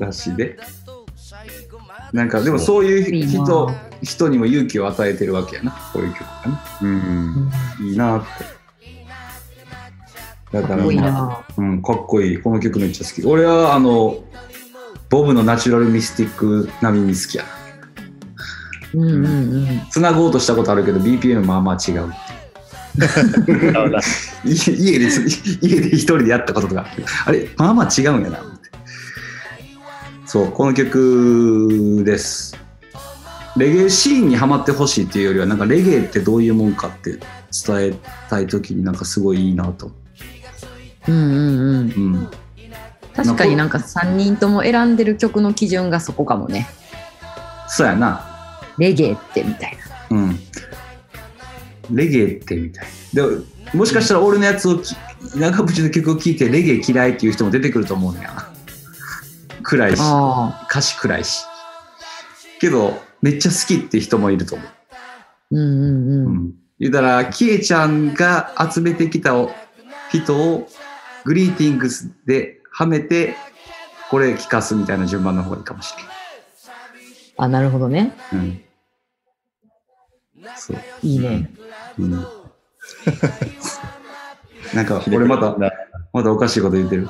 らしいでなんかでもそういう人人にも勇気を与えてるわけやなこういう曲がね
うん。
いいなってだか
す
ら、
ごい
まあ
な。
うん、かっこいいこの曲めっちゃ好き俺はあのボブのナチュラルミスティック並みに好きやな
うんうんうん。
繋ごうとしたことあるけど BPM まあまあ違うい家で家で一人でやったこととかあれまあまあ違うんやな思ってそうこの曲ですレゲエシーンにはまってほしいっていうよりはなんかレゲエってどういうもんかって伝えたい時になんかすごいいいなと、
うんうんうん。
うん、
確かになんか3人とも選んでる曲の基準がそこかもね。
そうやな
レゲエってみたい
うんレゲエってみたいでもしかしたら俺のやつをき長渕の曲を聴いてレゲエ嫌いっていう人も出てくると思うんや暗いし
な。ああ。
歌詞暗いしけどめっちゃ好きって人もいると思う、
うんうん
う
うん。
ん、言うたらキエちゃんが集めてきた人をグリーティングスではめてこれ聞かすみたいな順番の方がいいかもし
あ、なるほどね。
れない、うん、そう、
いいね。
うん、なんか俺またまだおかしいこと言ってる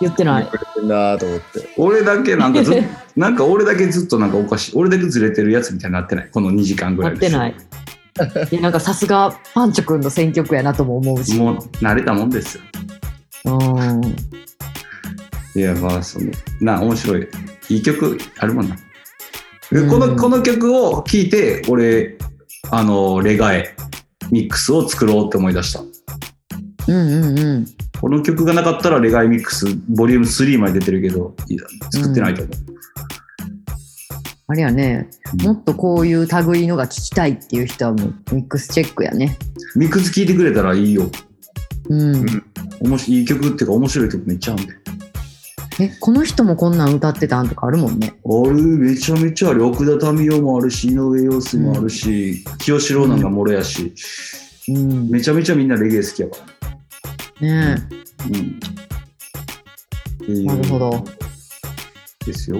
言ってない。
んなと思って。
俺だけなんか ずっなんか俺だけずっとなんかおかしい俺だけずれてるやつみたいになってないこの2時間ぐら
ないっ
で
てない。いやなんかさすがパンチョくんの選曲やなとも思うし。
もう慣れたもんですよ
うん。
いやまあそのな面白いいい曲あるもんな、
うん
このこの曲を聴いて俺あのレガエミックスを作ろうって思い出した
うんうんうん。
この曲がなかったらレガエミックスボリューム3まで出てるけどいや作ってないと思う、
あれやね、
うん
もっとこういう類のが聞きたいっていう人はもうミックスチェックやね。
ミックス聴いてくれたらいいよ
うん。
面白いいい曲っていうか面白い曲めっちゃあるんで
え、この人もこんなん歌ってたんとかあるもんね。
あるめちゃめちゃある奥田民生もあるし井上陽水もあるし、清志郎なんかもろやし、
うん。ね
めちゃめちゃみんなレゲエ好きやから
え。
うん。
なるほど。
ですよ。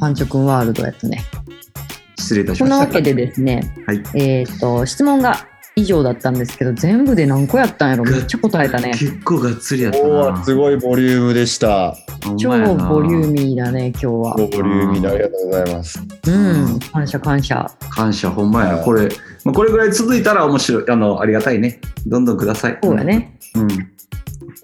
パンチョくんワールドやったね。
失礼いたし
そ
ま
ん
し
な
た。
わけでですね、
はい
えっ、と、質問が以上だったんですけど、全部で何個やったんやろめっちゃ答えたね。
結構がっつりやった
おお、
な。
すごいボリュームでした。
超ボリューミーだね、今日は
ボ。リューミーでありがとうございます。
うん。感謝感謝。
感謝ほんまや
は
な。
い
これ、まあ、これぐらい続いたら面白い。あの、ありがたいね。どんどんください。
そうや。ね。
うん。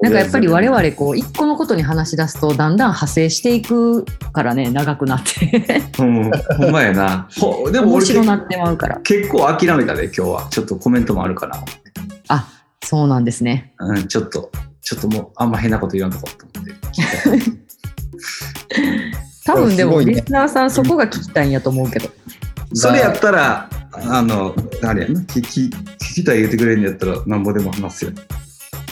なんかやっぱり我々こう一個のことに話し出すとだんだん派生していくからね長くなって
うん、ほんまやな。ほでも
面
俺
白なってまうから
結構諦めたで、今日は。ちょっとコメントもあるから。
あそうなんですね
うん、ちょっと、ちょっともう、あんま変なこと言わんとこうと思って。
多分ですも
ごいね
リスナーさんそこが聞きたいんやと思うけど
それやったら、あの、あれやな。聞き、聞きたい言ってくれるんやったら、なんぼでも話すよ。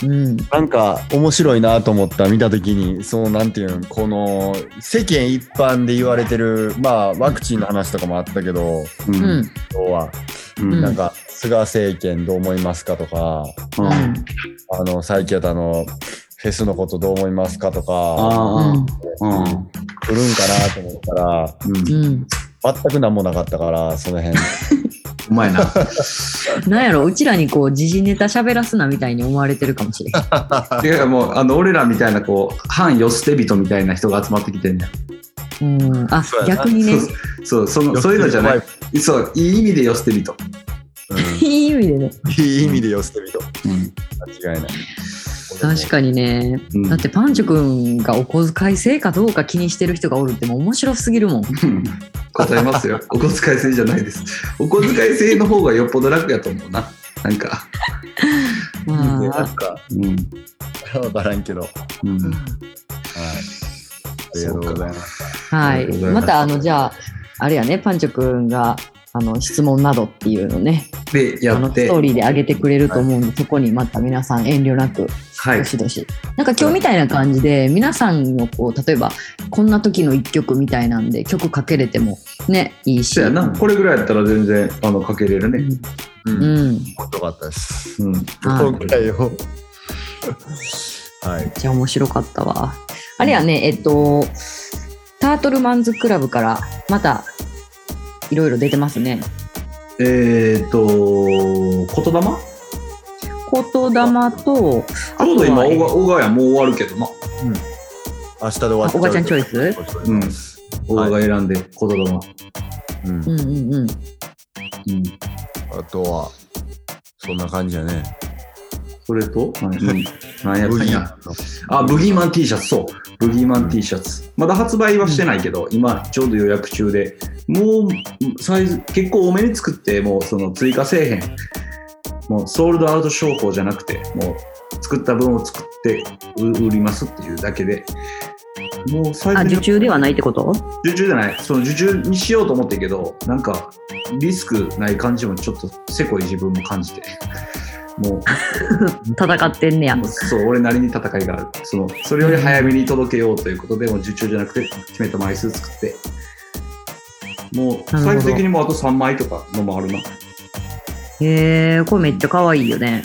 うん
なんか面白いなと思った見た時にそのなんていうのこの世間一般で言われてるまあワクチンの話とかもあったけど
う。
うんん
今日は、
うん
うん
なんか菅政権どう思いますかとか
うん
あの最近やったあのフェスのことどう思いますかとか
う
あ
ん
あ、うん。
来るんかなと思った
うん。
うん
ら全く何もなかったからその辺
うまい な。
なんやろうちらにこう時事ネタ喋らすなみたいに思われてるかもしれない
いやもう、あの、俺らみたいな、こう、反世捨て人みたいな人が集まってきてんねん。
うんあ
そうやな
逆にね
そう、そ の、そういうのじゃないい。そう、いい意味で世捨て人。
いい意味でね
いい意味で寄せてみと
うん。
間違いない
確かにね、
うん
だってパンチョくんがお小遣い制かどうか気にしてる人がおるってもう面白すぎるもん
ございますよ。 お小遣い制じゃないです。お小遣い制の方がよっぽど楽やと思うな。なんか。
ま
で
あ
なんか
うん。
分からんけどはい
うん。
ありがとうございます
は
あり
い
がとう、ござい
ま
ま
すたあのじゃああれやねパンチョくんがあの質問などっていうのね
で、
あ
や
の
っ
ス
て。
トー
は
リーで上げてくれると思うんで、そこにまた皆さん遠慮なく
い
ど。しどし、なんか今日みたいな感じで皆さんのこう例えばこんな時の一曲みたいなんで曲かけれてもねいいし
そうやな。これぐらいやったら全然、あの、かけれるね。
う
うんん、めっ
面白かったです
うん。
はい
今回を。はい。
ちゃ面白かったわあれやねえっとタートルマンズクラブからまたいろいろ出てますね
えーっと、言霊
言霊と
ちょうど今、
あとはえ
小川小川やもう終わるけどな。
明日で終わっ
あおばちゃんチョイス
うん。小川が選んで、言霊。
う
う。
ん
んうんうん
うん。
あとは、そんな感じやね。
それと、 何何やった
ブ
ん
ギ
や。あ、ブギーマン T シャツ、そう。ブギーマン T シャツ。まだ発売はしてないけど、今、ちょうど予約中で、もう、サイズ、結構多めに作って、もう、その、追加せえへん。もう、ソールドアウト商法じゃなくて、もう、作った分を作って売売りますっていうだけで、もう、サ
あ
イ
受
ズに
注ではないってこと
受注じゃないその受注にしようと思ってるけどなんかリスクない感じもちょっとせこい自分も感じても
戦ってんねや
うそう俺なりに戦いがあるそのそれより早めに届けようということでもう受注じゃなくて決めた枚数作ってもう
なるほど
サイズ的にもあと3枚とかのもあるな
へえこれめっちゃ可愛いよね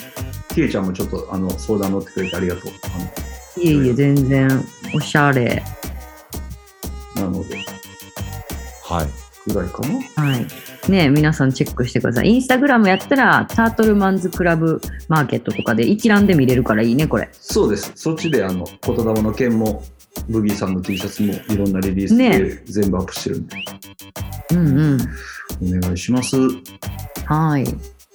キエちゃんもちょっとあの相談乗ってくれてありがとうあ
いえいえ全然おしゃれ
のなので
はい。
ぐらいかな
はいね、皆さんチェックしてください。インスタグラムやったら、タートルマンズクラブマーケットとかで一覧で見れるからいいね、これ。
そうです。そっちであの言霊の件もブギーさんの T シャツもいろんなリリースで
ね
全部アップしてるんで、
うんうん。
お願いします。は
はい。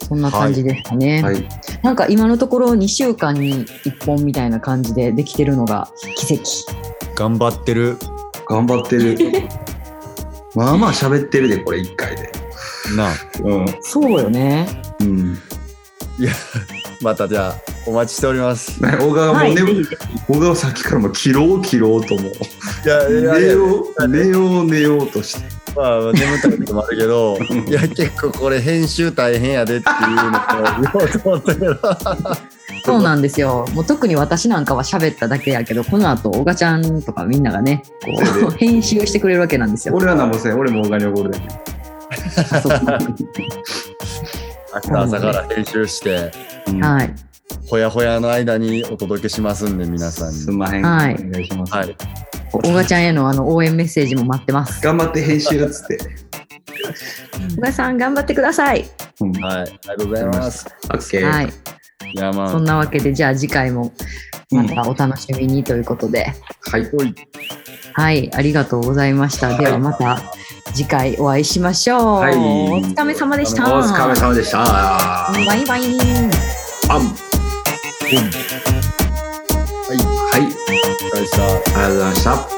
そんな感じですかね。
い。
なんか今のところ2週間に1本みたいな感じでできてるのが奇跡。
頑張ってる
頑張っ てる。まあまあ喋ってるでこれ一回で。
なあ
うん。
そうよね。
うん。
またじゃあ、お待ちしてお ります。
ね小川も
はい。
ね、
ぜひ
小川さっきからもう切ろう切ろうともう
いや、いや、い
寝
や
よう寝よう寝ようとして。
まあ、眠たいこともあるけ ど、いや、結構これ編集大変やでっていうのを言おうと思ったけど。
そうなんですよ。もう特に私なんかは喋っただけやけど、この後、小賀ちゃんとかみんながね、こう、編集してくれるわけなんですよ。
俺は何もせん。俺も小川に怒るで。
明日朝から編集して、
うん
はい。
ほやほやの間にお届けしますんで、皆さん
す
に。
んまへん。
はい
お願いします。
はい。
小賀ちゃんへのあの応援メッセージも待ってます。
頑張って編集っつって。
小賀さん、頑張ってください。
うん。オ
はい。ありがとうございます。
ッケー。
はい。
いや、ま
そんなわけで、じゃあ次回も
う
ま
ん
たお楽しみにということで、
はい。
はい、ありがとうございました。ではまた次回お会いしましょう。
はい
お疲れ様でした。
お疲れ様でした。あ
バイバイ。
ん。
あ、はい。
はい。
お疲れ様でした。
ありがとうございました。